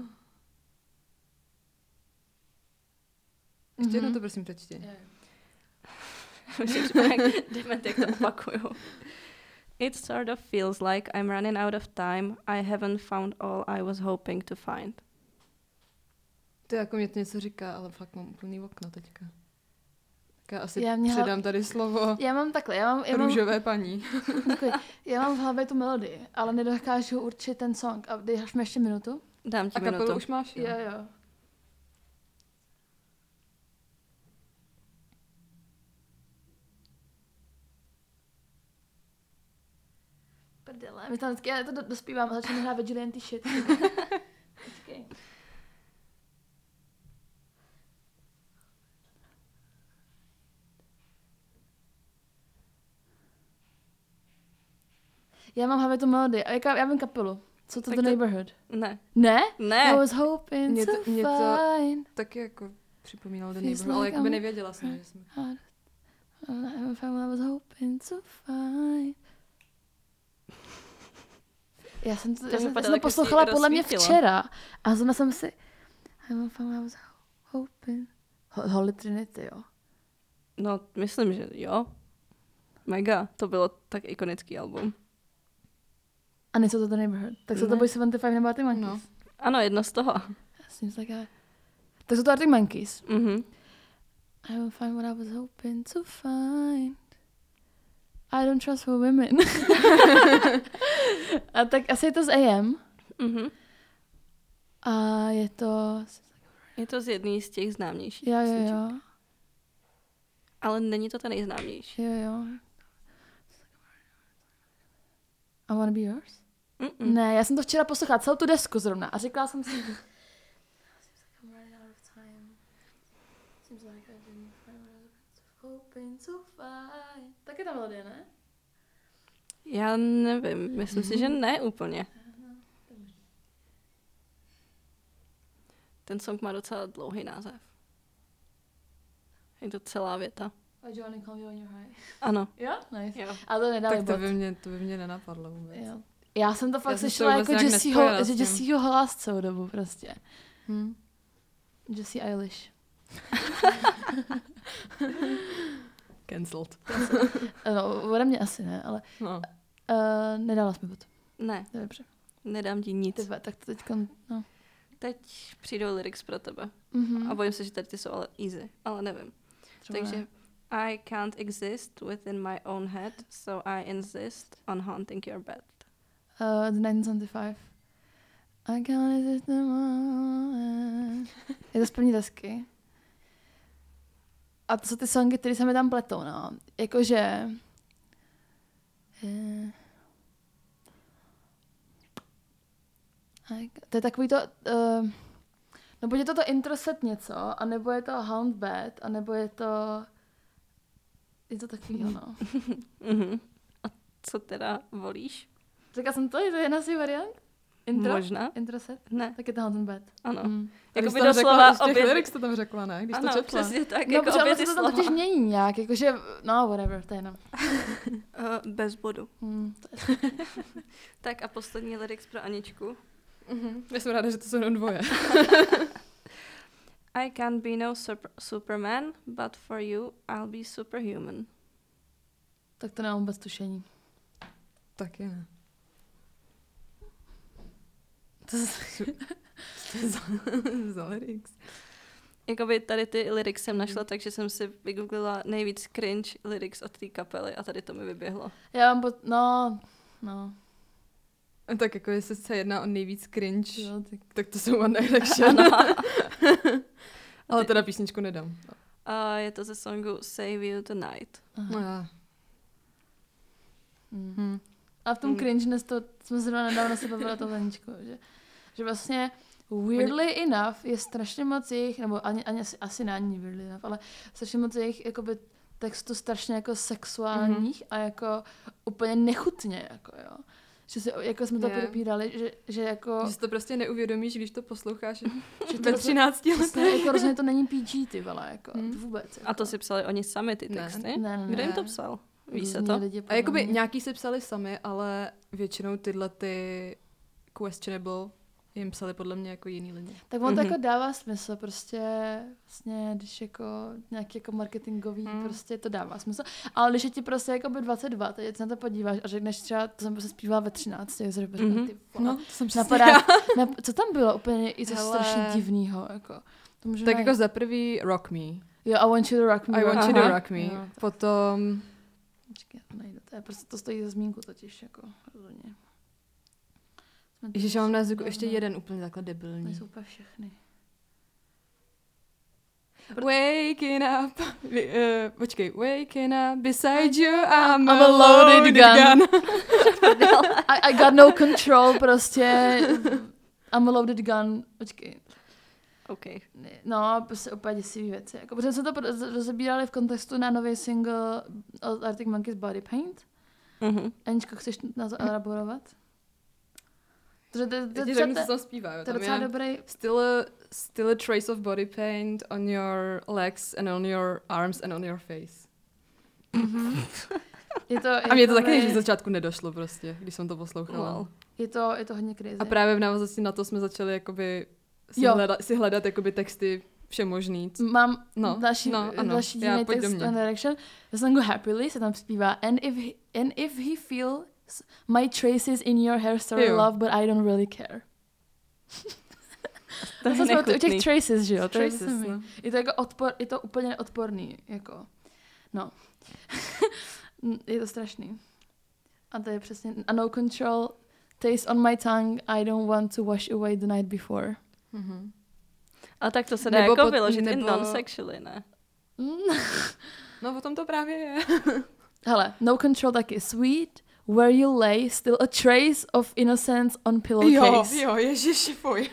[SPEAKER 2] Ještě jednou
[SPEAKER 1] Mhm.
[SPEAKER 2] to prosím přečti.
[SPEAKER 3] Myslím, že jak dement, jak to opakuju. It sort of feels like I'm running out of time. I haven't found all I was hoping to find.
[SPEAKER 2] To jako mě to něco říká, ale fakt mám úplný okno teďka. Tak já asi
[SPEAKER 1] Já
[SPEAKER 2] já
[SPEAKER 1] měla-
[SPEAKER 2] předám tady slovo
[SPEAKER 1] Já mám takhle, já mám, já mám,
[SPEAKER 2] No. růžové paní.
[SPEAKER 1] děkuji, já mám v hlavě tu melodii, ale nedokážu určit ten song. A dáš mi ještě minutu?
[SPEAKER 3] Dám ti
[SPEAKER 2] A kapelu
[SPEAKER 3] minutu.
[SPEAKER 2] už máš?
[SPEAKER 1] Jo, jo. Prdele, my tam vždycky, já to do, dospívám a začnu hrát Vigilante shit. Počkej. Já mám hlavě tu melodii, a jaká, já vím kapelu. Co to
[SPEAKER 3] Tak
[SPEAKER 1] The
[SPEAKER 3] to-
[SPEAKER 1] Neighborhood?
[SPEAKER 3] Ne.
[SPEAKER 1] Ne? I
[SPEAKER 3] Ne.
[SPEAKER 1] was hoping
[SPEAKER 2] Mě
[SPEAKER 1] to,
[SPEAKER 2] to- mě to-
[SPEAKER 1] find
[SPEAKER 2] Taky jako připomínal ten
[SPEAKER 1] Feels
[SPEAKER 2] neighborhood, ale
[SPEAKER 1] like
[SPEAKER 2] jakoby
[SPEAKER 1] I'm-
[SPEAKER 2] nevěděla jsem, že jsme...
[SPEAKER 1] hard. I found what I was hoping to find. Já jsem to,
[SPEAKER 3] To
[SPEAKER 1] já jsem, já jsem
[SPEAKER 3] vypadalo,
[SPEAKER 1] to
[SPEAKER 3] jak jsi
[SPEAKER 1] poslouchala podle mě
[SPEAKER 3] rozsvítila.
[SPEAKER 1] včera a zrovna jsem si I found what I was hoping. Ho- Holy Trinity, jo.
[SPEAKER 3] No, myslím, že jo. Mega, to bylo tak ikonický album.
[SPEAKER 1] A nejsou to The Neighborhood. Tak jsou to
[SPEAKER 3] Ne.
[SPEAKER 1] Boy 75 nebo Arctic Monkeys. No.
[SPEAKER 2] No.
[SPEAKER 3] Ano, jedno z toho.
[SPEAKER 1] Seems like I... Tak jsou to Arctic Monkeys.
[SPEAKER 3] Mhm.
[SPEAKER 1] I will find what I was hoping to find. I don't trust for women. a tak asi je to z AM.
[SPEAKER 3] Mhm.
[SPEAKER 1] A je to...
[SPEAKER 3] Je to z jedný z těch známějších.
[SPEAKER 1] Jo, jo,
[SPEAKER 3] písniček.
[SPEAKER 1] jo.
[SPEAKER 3] Ale není to ten nejznámější.
[SPEAKER 1] Jo, jo. I wanna be yours?
[SPEAKER 2] Mm.
[SPEAKER 3] Mm-mm.
[SPEAKER 1] Ne, já jsem to včera poslouchala celou tu desku zrovna a říkala jsem si... Tak je ta melodie, ne?
[SPEAKER 3] Já nevím, myslím si, že ne úplně. Ten song má docela dlouhý název. Je to celá věta.
[SPEAKER 1] Oh, Johnny, call me on your high.
[SPEAKER 3] Ano.
[SPEAKER 1] Jo? Nice.
[SPEAKER 3] Jo.
[SPEAKER 1] A to nedali
[SPEAKER 2] Tak to
[SPEAKER 1] bod.
[SPEAKER 2] by, mě, to by mě nenapadlo vůbec.
[SPEAKER 1] Jo. Já jsem to fakt
[SPEAKER 2] Já jsem to
[SPEAKER 1] slyšela
[SPEAKER 2] vůbec
[SPEAKER 1] jako
[SPEAKER 2] nějak
[SPEAKER 1] Jessieho,
[SPEAKER 2] nespojila s tím.
[SPEAKER 1] Jessieho hlas celou dobu prostě.
[SPEAKER 2] Hm.
[SPEAKER 1] Jessie Eilish.
[SPEAKER 2] Cancelled.
[SPEAKER 1] No, ode mě asi ne, ale
[SPEAKER 2] No.
[SPEAKER 1] uh, nedala jsme bod.
[SPEAKER 3] Ne,
[SPEAKER 1] Dobře.
[SPEAKER 3] nedám ti nic.
[SPEAKER 1] Tyba, tak to teďka, no.
[SPEAKER 3] Teď přijdou lyrics pro tebe.
[SPEAKER 1] Mm-hmm.
[SPEAKER 3] A bojím se, že tady ty jsou ale easy, ale nevím. Takže I can't exist within my own head, so I insist on haunting your bed.
[SPEAKER 1] Uh, the 1975. I can't resist the moment. Je to z první desky. A to jsou ty songy, které se mi tam pletou, no. Jakože... Eh. I- To je takový to... Uh, no buď je to to introset něco, anebo je to Hound Bed, anebo je to... Je to takový, no.
[SPEAKER 3] Mhm. A co teda volíš?
[SPEAKER 1] Říkala jsem to, je to jedna z těch variant? Intro?
[SPEAKER 3] Možná?
[SPEAKER 1] Introset?
[SPEAKER 3] Ne,
[SPEAKER 1] Tak je to Haunted Bed.
[SPEAKER 3] ano.
[SPEAKER 1] Mm.
[SPEAKER 2] Jako
[SPEAKER 3] Jakoby
[SPEAKER 2] by doslova
[SPEAKER 3] doslova
[SPEAKER 2] řekla, obě...
[SPEAKER 3] obě-
[SPEAKER 2] těch lyrics to tam řekla, ne? Když
[SPEAKER 3] ano,
[SPEAKER 2] to četla.
[SPEAKER 3] přesně tak,
[SPEAKER 1] No,
[SPEAKER 3] jako
[SPEAKER 1] protože
[SPEAKER 3] obě
[SPEAKER 1] ono se
[SPEAKER 3] ty
[SPEAKER 1] to
[SPEAKER 3] slova.
[SPEAKER 1] tam totiž mění nějak, jakože, no, whatever, to je jenom.
[SPEAKER 3] Eh, bez bodu.
[SPEAKER 1] Hmm, to je-
[SPEAKER 3] Tak a poslední lyrics pro Aničku.
[SPEAKER 2] Mhm. Já jsem ráda, že to jsou jenom dvoje.
[SPEAKER 3] I can be no super- superman, but for you I'll be superhuman.
[SPEAKER 1] tak to nemám vůbec tušení.
[SPEAKER 2] tak je ne.
[SPEAKER 1] To z-
[SPEAKER 2] za, za lyrics.
[SPEAKER 3] Jakoby tady ty lyrics jsem
[SPEAKER 2] Mhm.
[SPEAKER 3] našla, takže jsem si vygooglila nejvíc cringe lyrics od té kapely a tady to mi vyběhlo.
[SPEAKER 1] Já mám, pot... no, no.
[SPEAKER 2] Tak jako jestli se jedná o nejvíc cringe,
[SPEAKER 1] Jo, tak.
[SPEAKER 2] tak to jsou One Direction. Ale teda písničku nedám.
[SPEAKER 3] A je to ze songu Save You Tonight.
[SPEAKER 1] Aha.
[SPEAKER 2] Ah.
[SPEAKER 1] Hmm.
[SPEAKER 2] Hm.
[SPEAKER 1] A v tom
[SPEAKER 3] Hmm.
[SPEAKER 1] cringe dnes to jsme zrovna nedávno se bavili o tom Aničku, že, že vlastně weirdly enough je strašně moc jejich, nebo ani, ani asi, asi ne, ani weirdly enough, ale strašně moc jejich jakoby textu strašně jako sexuálních
[SPEAKER 3] Mhm.
[SPEAKER 1] mm-hmm. a jako úplně nechutně, jako jo. Že se, jako jsme to
[SPEAKER 2] Je.
[SPEAKER 1] yeah. podpírali, že, že jako...
[SPEAKER 2] Že si to prostě neuvědomíš, když to posloucháš
[SPEAKER 1] Že to
[SPEAKER 2] ve 13
[SPEAKER 1] Přesně,
[SPEAKER 2] letech.
[SPEAKER 1] jako rozhodně to není PG, ty vole, jako
[SPEAKER 2] Hmm.
[SPEAKER 1] to vůbec. Jako.
[SPEAKER 3] A to si psali oni sami ty
[SPEAKER 2] Ne.
[SPEAKER 3] texty?
[SPEAKER 1] ne, ne, ne.
[SPEAKER 3] Kdo jim to psal? Ví se
[SPEAKER 1] Různý
[SPEAKER 3] to?
[SPEAKER 1] Lidi,
[SPEAKER 2] A
[SPEAKER 1] podle
[SPEAKER 2] jakoby
[SPEAKER 1] mě.
[SPEAKER 2] nějaký si psali sami, ale většinou tyhle ty questionable jim psali podle mě jako jiný lidi.
[SPEAKER 1] Tak on to
[SPEAKER 3] Mhm.
[SPEAKER 1] jako dává smysl, prostě vlastně, když jako nějaký jako marketingový,
[SPEAKER 2] Mm.
[SPEAKER 1] hmm. prostě to dává smysl. Ale když je ti prostě jako by 22, teď se na to podíváš a řekneš třeba, to jsem prostě zpívala ve 13, tak řekneš,
[SPEAKER 3] Mhm.
[SPEAKER 1] mm-hmm. ty vole.
[SPEAKER 2] No, to jsem
[SPEAKER 1] Napadá, na, co tam bylo úplně i to
[SPEAKER 2] Hele.
[SPEAKER 1] strašně divného, jako. To můžu
[SPEAKER 2] Tak
[SPEAKER 1] najít.
[SPEAKER 2] jako za prvý Rock Me.
[SPEAKER 1] jo, I want you to rock me.
[SPEAKER 2] I want
[SPEAKER 1] rock
[SPEAKER 2] you to
[SPEAKER 1] me.
[SPEAKER 2] rock me.
[SPEAKER 1] Jo, to,
[SPEAKER 2] Potom,
[SPEAKER 1] počkej, já to najdu. To je prostě, to stojí za zmínku totiž, jako, rozhodně. Jsme tady
[SPEAKER 2] ježiš, já mám na jazyku
[SPEAKER 1] dávno.
[SPEAKER 2] ještě jeden úplně takhle
[SPEAKER 1] To
[SPEAKER 2] debilní.
[SPEAKER 1] jsou úplně všechny.
[SPEAKER 2] Waking up, uh, počkej, waking up, beside you I'm,
[SPEAKER 1] I'm a loaded gun.
[SPEAKER 2] gun.
[SPEAKER 1] I, I got no control, prostě. I'm a loaded gun. Počkej.
[SPEAKER 3] OK.
[SPEAKER 1] No, prostě úplně děsivý věci. Jako, protože jsme to pro- rozebírali v kontextu na nový single od Arctic Monkeys Body Paint.
[SPEAKER 3] Mhm.
[SPEAKER 1] Aničko, chceš na to elaborovat? Protože to, to,
[SPEAKER 2] Já
[SPEAKER 1] to,
[SPEAKER 2] ti
[SPEAKER 1] to,
[SPEAKER 2] řeknu,
[SPEAKER 1] to,
[SPEAKER 2] co
[SPEAKER 1] to,
[SPEAKER 2] tam zpívá. jo.
[SPEAKER 1] to je
[SPEAKER 2] Tam
[SPEAKER 1] docela
[SPEAKER 2] je
[SPEAKER 1] dobrý...
[SPEAKER 2] Still a, still a trace of body paint on your legs and on your arms and on your face.
[SPEAKER 1] Je to, je
[SPEAKER 2] A mě to taky
[SPEAKER 1] dobrý-
[SPEAKER 2] než z začátku nedošlo prostě, když jsem to poslouchala.
[SPEAKER 3] Wow.
[SPEAKER 1] je to, je to hodně crazy.
[SPEAKER 2] A právě v návaznosti na to jsme začali jakoby si,
[SPEAKER 1] Jo.
[SPEAKER 2] hledat, si hledat jakoby texty všemožný. c-
[SPEAKER 1] Mám
[SPEAKER 2] No,
[SPEAKER 1] no, další,
[SPEAKER 2] no,
[SPEAKER 1] no,
[SPEAKER 2] ano,
[SPEAKER 1] ano, další
[SPEAKER 2] já,
[SPEAKER 1] jiný
[SPEAKER 2] pojď do
[SPEAKER 1] text
[SPEAKER 2] mě.
[SPEAKER 1] One Direction. Ve songu Happily se tam zpívá and if, he, and if he feels my traces in your hair, sorry
[SPEAKER 2] Jo.
[SPEAKER 1] love, but I don't really care.
[SPEAKER 3] To je
[SPEAKER 1] To jsme u
[SPEAKER 3] nechutný.
[SPEAKER 1] těch traces, že jo? To je
[SPEAKER 2] Traces,
[SPEAKER 1] zase-
[SPEAKER 2] no.
[SPEAKER 1] Je to jako odpor, je to úplně odporný, jako. No. je to strašný. A to je přesně, a no control, taste on my tongue, I don't want to wash away the night before.
[SPEAKER 2] Mhm.
[SPEAKER 3] A tak to se dá
[SPEAKER 2] Nebo
[SPEAKER 3] jako
[SPEAKER 2] pod-
[SPEAKER 3] vyložit
[SPEAKER 2] nebo-
[SPEAKER 3] i non-sexually, ne?
[SPEAKER 1] Mm.
[SPEAKER 2] No o tom to právě je.
[SPEAKER 1] Hele, no control taky. Sweet, where you lay, still a trace of innocence on pillowcase.
[SPEAKER 2] jo, ježiši, fuj.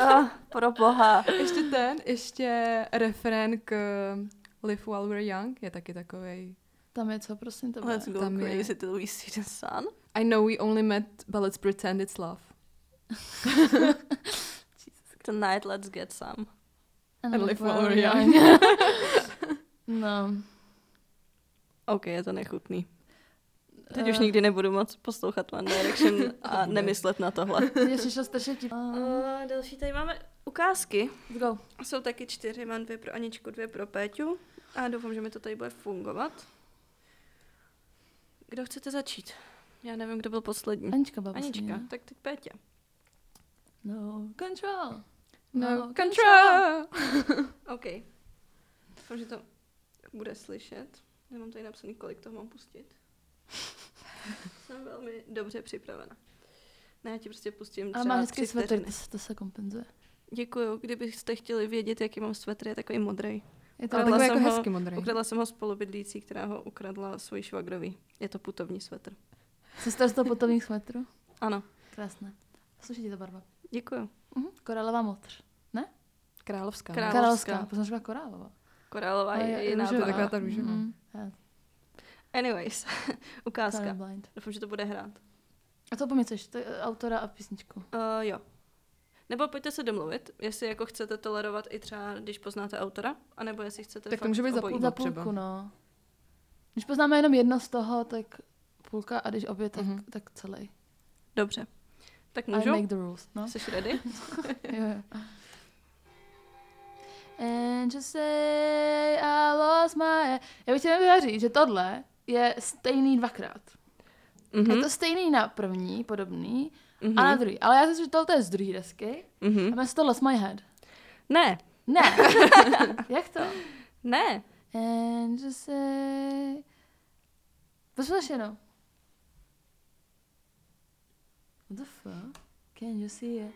[SPEAKER 3] Ah, pro boha.
[SPEAKER 2] Ještě ten, ještě refrén k Live While We're Young je taky takovej.
[SPEAKER 1] Tam je co, prosím tebe?
[SPEAKER 3] Let's go
[SPEAKER 2] Tam je-
[SPEAKER 3] crazy till we see the sun.
[SPEAKER 2] I know we only met, but let's pretend it's love.
[SPEAKER 3] Tonight let's get some.
[SPEAKER 2] And live while we're young.
[SPEAKER 1] no.
[SPEAKER 3] OK, je to nechutný. Teď už nikdy nebudu moc poslouchat One Direction a
[SPEAKER 2] bude.
[SPEAKER 3] nemyslet na tohle.
[SPEAKER 1] Mě přišlo Eh, strašně ti... Eh,
[SPEAKER 3] A Eh, další tady máme ukázky.
[SPEAKER 1] Let's go.
[SPEAKER 3] Jsou taky čtyři, mám dvě pro Aničku, dvě pro Péťu a doufám, že mi to tady bude fungovat. Kdo chcete začít? Já nevím, kdo byl poslední.
[SPEAKER 1] Anička vlastně. byla poslední,
[SPEAKER 3] Anička,
[SPEAKER 1] ne?
[SPEAKER 3] tak teď Pétě.
[SPEAKER 1] No control. No,
[SPEAKER 2] No,
[SPEAKER 3] OK. Doufám, že to bude slyšet. Nemám tady napsaný, kolik toho mám pustit. Jsem velmi dobře připravena. Ne, já ti prostě pustím
[SPEAKER 1] A
[SPEAKER 3] třeba
[SPEAKER 1] má
[SPEAKER 3] tři
[SPEAKER 1] hezký svetr, to,
[SPEAKER 3] vteřiny.
[SPEAKER 1] se- to se kompenzuje.
[SPEAKER 3] Děkuju, kdybyste chtěli vědět, jaký mám svetr, je takový modrý.
[SPEAKER 1] Je to
[SPEAKER 2] Ale takový
[SPEAKER 3] Ukradla
[SPEAKER 1] takové...
[SPEAKER 3] jsem
[SPEAKER 2] jako
[SPEAKER 3] ho-
[SPEAKER 2] hezky modrý.
[SPEAKER 3] Ukradla jsem ho spolubydlící, která ho ukradla svoji švagrovi. Je to putovní svetr.
[SPEAKER 1] Sestra z toho potomních svetrů.
[SPEAKER 3] Ano,
[SPEAKER 1] Krásné. Sluší ti ta barva.
[SPEAKER 3] děkuju.
[SPEAKER 1] Mhm. Korálová motř.
[SPEAKER 2] Královská.
[SPEAKER 3] Král-
[SPEAKER 1] Královská.
[SPEAKER 3] Královská.
[SPEAKER 1] Protože říká korálová.
[SPEAKER 3] Korálová
[SPEAKER 1] Ale
[SPEAKER 3] je jiná
[SPEAKER 1] růžová.
[SPEAKER 3] barva.
[SPEAKER 2] taková ta růžová.
[SPEAKER 1] Mhm. Já-
[SPEAKER 3] Anyways, ukázka.
[SPEAKER 1] Colorblind.
[SPEAKER 3] Doufám, že to bude hrát.
[SPEAKER 1] A co pomyslíš, to je autora a písničku?
[SPEAKER 3] Uh, jo. Nebo pojďte se domluvit, jestli jako chcete tolerovat i třeba, když poznáte autora, anebo jestli chcete
[SPEAKER 2] Tak to
[SPEAKER 3] fakt
[SPEAKER 2] může být za
[SPEAKER 3] obojí.
[SPEAKER 2] půl.
[SPEAKER 1] Za půlku,
[SPEAKER 2] třeba.
[SPEAKER 1] třeba. no. Když poznáme jenom jedno z toho, tak půlka a když obě, tak,
[SPEAKER 2] Mhm.
[SPEAKER 1] mm-hmm. tak celý.
[SPEAKER 3] Dobře. Tak
[SPEAKER 1] I
[SPEAKER 3] můžu?
[SPEAKER 1] make the rules, no.
[SPEAKER 3] Jsi ready?
[SPEAKER 1] jo, jo. And just say I lost my... e- Já bych chtěla říct, že tohle je stejný dvakrát.
[SPEAKER 3] Mhm.
[SPEAKER 1] Mm-hmm. Je to stejný na první, podobný, mm-hmm. a na druhý. Ale já si myslím, že tohle je z druhé desky. A
[SPEAKER 3] Mhm.
[SPEAKER 1] jmenuje se to Lost My Head.
[SPEAKER 3] Ne,
[SPEAKER 1] Ne. Jak to?
[SPEAKER 3] ne.
[SPEAKER 1] And just say... Poslouchej jenom. What the fuck? Can you see it?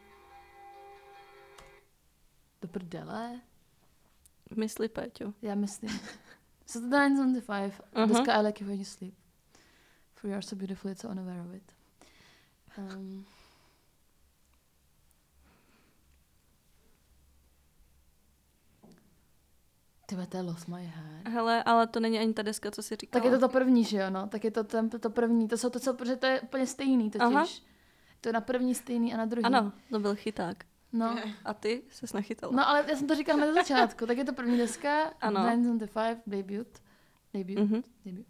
[SPEAKER 1] Do prdele?
[SPEAKER 3] Mysli, Péťo.
[SPEAKER 1] Já myslím. So the 975,
[SPEAKER 3] Aha.
[SPEAKER 1] uh-huh. deska I like you when you sleep. For you are so beautiful, it's so unaware of it. Um, Tyhle, to je Lost My Head.
[SPEAKER 3] Hele, ale to není ani ta deska, co jsi říkala.
[SPEAKER 1] Tak je to to první, že jo, no? Tak je to ten, to první, to jsou to, co, protože to je úplně stejný totiž.
[SPEAKER 3] Aha.
[SPEAKER 1] Aha. To je na první stejný a na druhý.
[SPEAKER 3] Ano, to byl chyták.
[SPEAKER 1] No,
[SPEAKER 3] A ty ses nachytala.
[SPEAKER 1] no ale já jsem to říkala na začátku, tak je to první deska,
[SPEAKER 3] Ano.
[SPEAKER 1] 975, debut, debut,
[SPEAKER 3] Mhm.
[SPEAKER 1] debut.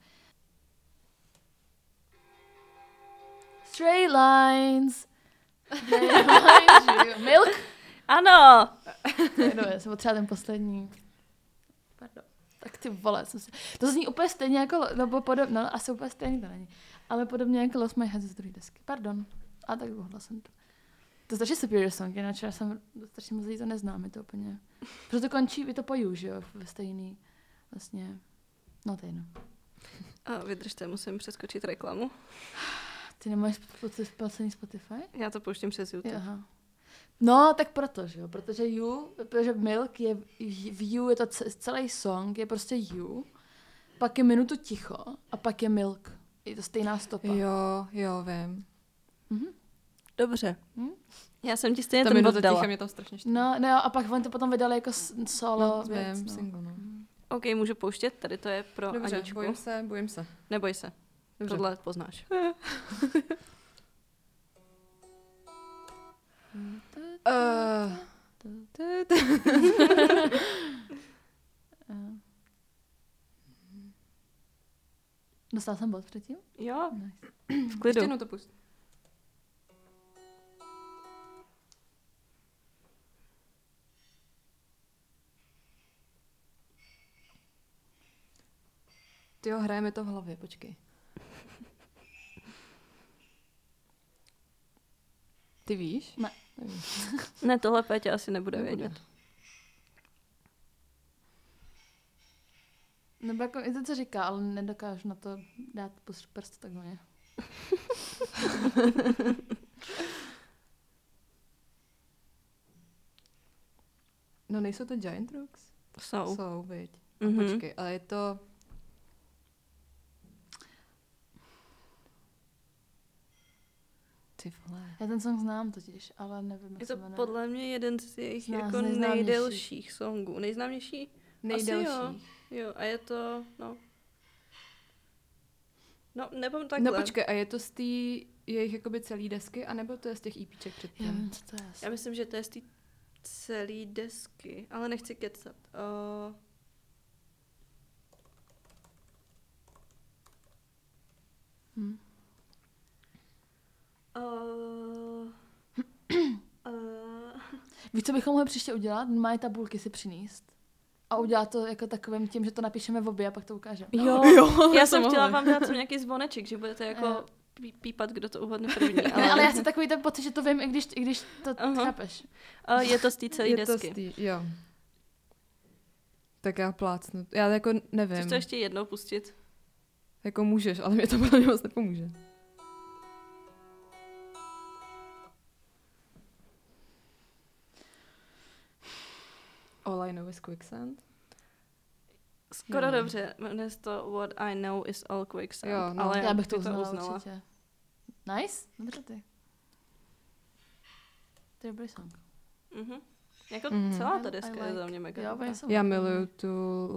[SPEAKER 1] Straight lines, they remind you. Milk.
[SPEAKER 3] Ano!
[SPEAKER 1] No, já jsem potřeba ten poslední. Pardon. Tak ty vole, jsem si... To zní úplně stejně jako, nebo podobně, no asi úplně stejně to není. Ale podobně jako Lost My Head z druhé desky. Pardon. A tak dlouhla jsem to. To je strašně superior song, jinak já jsem strašně moc lidí to neznám, je to úplně. Proto končí, vy to poju, že jo, ve stejný, vlastně, no to je jedno.
[SPEAKER 3] A vydržte, musím přeskočit reklamu.
[SPEAKER 1] Ty nemáš sp- placený Spotify?
[SPEAKER 3] Já to pouštím přes YouTube.
[SPEAKER 1] Jo, aha. No, tak proto, že jo, protože You, protože Milk je, v You je to ce- celý song, je prostě You, pak je minutu ticho a pak je Milk. Je to stejná stopa.
[SPEAKER 2] Jo, jo, vím.
[SPEAKER 1] Mhm.
[SPEAKER 3] Dobře.
[SPEAKER 1] Hm?
[SPEAKER 3] Já jsem ti stejně
[SPEAKER 2] Ta
[SPEAKER 3] ten bod
[SPEAKER 2] minuta
[SPEAKER 3] dala.
[SPEAKER 2] ticha mě tam strašně štve.
[SPEAKER 1] No, no jo, a pak on to potom vydal jako s- solo
[SPEAKER 2] no,
[SPEAKER 1] věc,
[SPEAKER 2] vím,
[SPEAKER 1] no.
[SPEAKER 2] single, no.
[SPEAKER 3] OK, můžu pouštět, tady to je pro
[SPEAKER 2] Dobře,
[SPEAKER 3] Aničku.
[SPEAKER 2] bojím se, bojím se.
[SPEAKER 3] Neboj se,
[SPEAKER 2] Dobře.
[SPEAKER 3] tohle poznáš.
[SPEAKER 1] Eh.
[SPEAKER 2] Uh,
[SPEAKER 1] Dostal jsem bod předtím?
[SPEAKER 3] Jo,
[SPEAKER 1] Nice.
[SPEAKER 3] v
[SPEAKER 2] ještě
[SPEAKER 3] klidu.
[SPEAKER 2] jednou to pust. Ty jo, hrajeme to v hlavě, počkej. Ty víš?
[SPEAKER 1] Ne.
[SPEAKER 2] Nevíš.
[SPEAKER 3] Ne, tohle Pétě asi nebude
[SPEAKER 2] Nebude.
[SPEAKER 3] vědět.
[SPEAKER 1] Nebo jako i to, co říká, ale nedokážu na to dát pus- prst takhle.
[SPEAKER 2] No nejsou to Giant Rocks?
[SPEAKER 3] Jsou.
[SPEAKER 2] Jsou, viď.
[SPEAKER 3] Mhm.
[SPEAKER 2] Počkej, ale je to... Ty vole.
[SPEAKER 1] Já ten song znám totiž, ale nevím,
[SPEAKER 3] Je
[SPEAKER 1] jak
[SPEAKER 3] to
[SPEAKER 1] se jmenuje.
[SPEAKER 3] podle mě jeden z jejich
[SPEAKER 1] Z nás
[SPEAKER 3] jako
[SPEAKER 1] nejznámějších.
[SPEAKER 3] nejdelších songů. Nejznámější?
[SPEAKER 2] Nejdelší.
[SPEAKER 3] Jo, a je to, no. No, nebo
[SPEAKER 2] Tak no
[SPEAKER 3] takhle.
[SPEAKER 2] počkej, a je to z té jejich jakoby celý desky, anebo to je z těch EPček předtím?
[SPEAKER 1] Já vím, co to je.
[SPEAKER 3] Já myslím, že to je z té celé desky, ale nechci kecat. Uh,
[SPEAKER 1] Hm.
[SPEAKER 3] uh, uh,
[SPEAKER 1] Víš, co bychom mohli příště udělat? Má tabulky si přinést. A udělat to jako takovým tím, že to napíšeme v obě a pak to ukážeme.
[SPEAKER 3] jo,
[SPEAKER 2] jo,
[SPEAKER 3] já
[SPEAKER 2] to
[SPEAKER 3] jsem chtěla
[SPEAKER 2] mohli.
[SPEAKER 3] vám dát nějaký zvoneček, že budete jako
[SPEAKER 1] Jo.
[SPEAKER 3] pí- pípat, kdo to uhodne první.
[SPEAKER 1] Ne, ale já chci takový ten pocit, že to vím, i když, i když to
[SPEAKER 3] Aha.
[SPEAKER 1] uh-huh. chápeš.
[SPEAKER 3] Uh, je to z té celé
[SPEAKER 2] je to
[SPEAKER 3] desky.
[SPEAKER 2] z té, jo. Tak já plácnu. Já jako nevím.
[SPEAKER 3] Chceš to ještě jednou pustit?
[SPEAKER 2] Jako můžeš, ale mě to podle mě moc nepomůže. All I know is quicksand.
[SPEAKER 3] Skoro
[SPEAKER 2] Nevím.
[SPEAKER 3] dobře, jmenuje se to What I Know is All Quicksand,
[SPEAKER 2] Jo, no.
[SPEAKER 3] ale
[SPEAKER 1] Já bych to
[SPEAKER 3] ty
[SPEAKER 1] uznala, uznala. určitě. Nice, dobře ty. To je dobrý song.
[SPEAKER 3] Mhm. Jako
[SPEAKER 2] Mhm.
[SPEAKER 3] celá
[SPEAKER 1] I-
[SPEAKER 3] ta
[SPEAKER 1] I
[SPEAKER 3] deska je
[SPEAKER 1] like.
[SPEAKER 3] za mě mega
[SPEAKER 1] Jo,
[SPEAKER 3] dobrá.
[SPEAKER 1] já, jsem
[SPEAKER 2] Já miluju tu